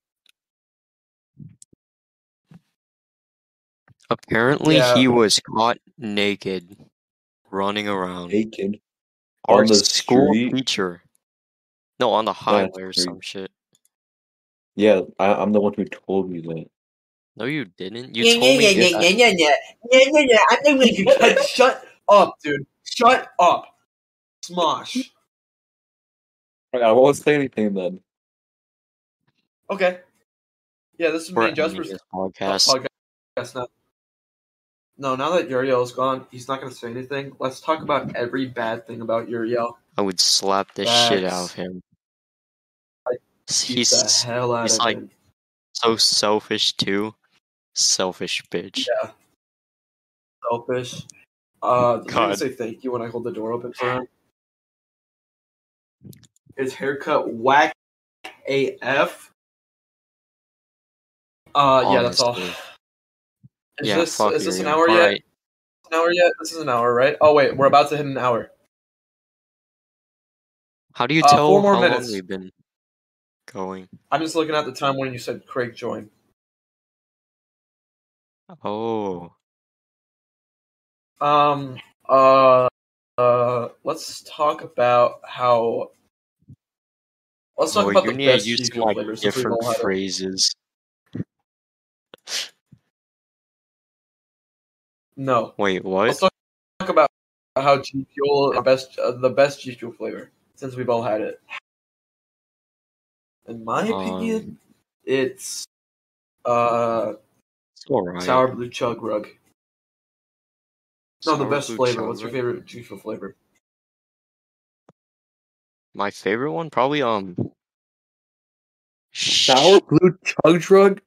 Speaker 1: Apparently,
Speaker 2: Yeah.
Speaker 1: he was caught naked running around.
Speaker 3: naked.
Speaker 1: Our
Speaker 3: on the
Speaker 1: school
Speaker 3: street?
Speaker 1: teacher. No, on the highway or
Speaker 3: crazy.
Speaker 1: some shit.
Speaker 3: Yeah, I, I'm the one who told you that.
Speaker 1: No, you didn't. You
Speaker 4: Yeah,
Speaker 1: told
Speaker 4: yeah,
Speaker 1: me.
Speaker 4: yeah, yeah, yeah, yeah, yeah, yeah, yeah. I know what you
Speaker 2: Like, shut up, dude. Shut up. Smosh.
Speaker 3: Alright, I won't say anything then.
Speaker 2: Okay. Yeah, this is
Speaker 1: We're
Speaker 2: me
Speaker 1: ending
Speaker 2: and Jasper's
Speaker 1: this
Speaker 2: po-
Speaker 1: podcast.
Speaker 2: podcast now. No, now that Uriel is gone, he's not going to say anything. Let's talk about every bad thing about Uriel.
Speaker 1: I would slap the shit out of
Speaker 2: Facts.
Speaker 1: him.
Speaker 2: I'd Beat
Speaker 1: He's
Speaker 2: the hell out
Speaker 1: he's
Speaker 2: of
Speaker 1: like-
Speaker 2: him.
Speaker 1: so selfish too. Selfish bitch.
Speaker 2: Yeah. Selfish. Uh, I'm gonna
Speaker 1: God.
Speaker 2: say thank you when I hold the door open for him. His haircut whack AF. Uh, yeah, that's all.
Speaker 1: Honestly.
Speaker 2: Is
Speaker 1: yeah,
Speaker 2: this
Speaker 1: fuck
Speaker 2: is this an
Speaker 1: Uriel.
Speaker 2: hour yet?
Speaker 1: Alright,
Speaker 2: An hour yet? This is an hour, right? Oh wait, we're about to hit an hour.
Speaker 1: How do you
Speaker 2: Uh,
Speaker 1: tell
Speaker 2: four more
Speaker 1: how
Speaker 2: minutes.
Speaker 1: long we've been going?
Speaker 2: I'm just looking at the time when you said Craig joined.
Speaker 1: Oh,
Speaker 2: Um. Uh. Uh. Let's talk about how. Let's talk
Speaker 1: well,
Speaker 2: about
Speaker 1: you
Speaker 2: the
Speaker 1: need
Speaker 2: best
Speaker 1: to use
Speaker 2: seafood
Speaker 1: like
Speaker 2: flavors. since we
Speaker 1: different
Speaker 2: know how to-
Speaker 1: phrases.
Speaker 2: No.
Speaker 1: Wait,
Speaker 2: Let's
Speaker 1: what?
Speaker 2: talk talk about how G Fuel is the best uh, the best G Fuel flavor since we've all had it. In my opinion,
Speaker 1: Um,
Speaker 2: it's uh
Speaker 1: it's alright.
Speaker 2: sour blue chug rug. No, the
Speaker 1: Sour
Speaker 2: best
Speaker 1: fruit
Speaker 2: flavor. What's your
Speaker 1: chocolate.
Speaker 2: favorite G Fuel flavor?
Speaker 1: My favorite one, probably um.
Speaker 3: Sour
Speaker 1: Sour.
Speaker 3: blue chug drug?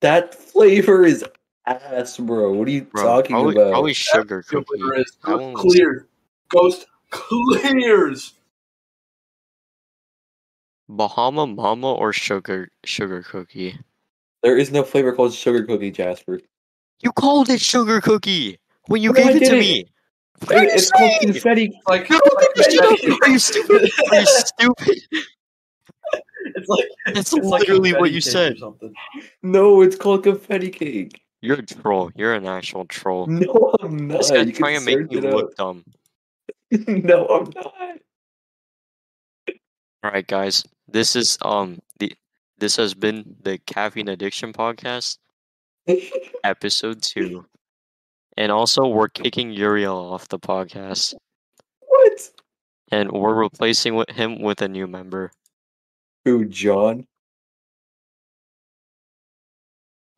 Speaker 3: That flavor is ass, bro. What are you talking
Speaker 1: probably,
Speaker 3: about?
Speaker 1: probably sugar
Speaker 2: Your
Speaker 1: cookie.
Speaker 2: flavor is
Speaker 1: That one was-
Speaker 2: clear. Ghost clears.
Speaker 1: Bahama Mama or sugar sugar cookie.
Speaker 3: There is no flavor called sugar cookie, Jasper.
Speaker 1: You called it sugar cookie when you
Speaker 3: No, I
Speaker 1: gave it to
Speaker 3: didn't.
Speaker 1: me. What
Speaker 3: It-
Speaker 1: are you
Speaker 3: it's called
Speaker 1: saying?
Speaker 3: confetti.
Speaker 2: Like,
Speaker 1: No,
Speaker 2: like
Speaker 1: no, no,
Speaker 2: confetti.
Speaker 1: no. Are you stupid? Are you stupid?
Speaker 2: it's like
Speaker 1: That's
Speaker 2: it's like
Speaker 1: literally what
Speaker 2: confetti
Speaker 1: you
Speaker 2: cake or
Speaker 1: said.
Speaker 2: something.
Speaker 3: No, it's called confetti cake.
Speaker 1: You're a troll. You're an actual troll.
Speaker 3: No, I'm not.
Speaker 1: This guy's
Speaker 3: You can
Speaker 1: trying to make
Speaker 3: search
Speaker 1: me
Speaker 3: it up.
Speaker 1: look dumb.
Speaker 3: no, I'm not.
Speaker 1: All right, guys. This is um the this has been the caffeine addiction podcast episode two, and also we're kicking Uriel off the podcast,
Speaker 3: what?
Speaker 1: and we're replacing with him with a new member.
Speaker 3: Who, John?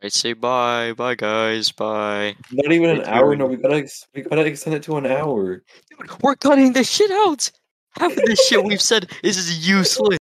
Speaker 1: I say bye, bye guys, bye.
Speaker 3: Not even an
Speaker 1: It's
Speaker 3: hour.
Speaker 1: really-
Speaker 3: No, we gotta ex- we gotta extend it to an hour.
Speaker 1: Dude, we're cutting this shit out. Half of this shit we've said is useless.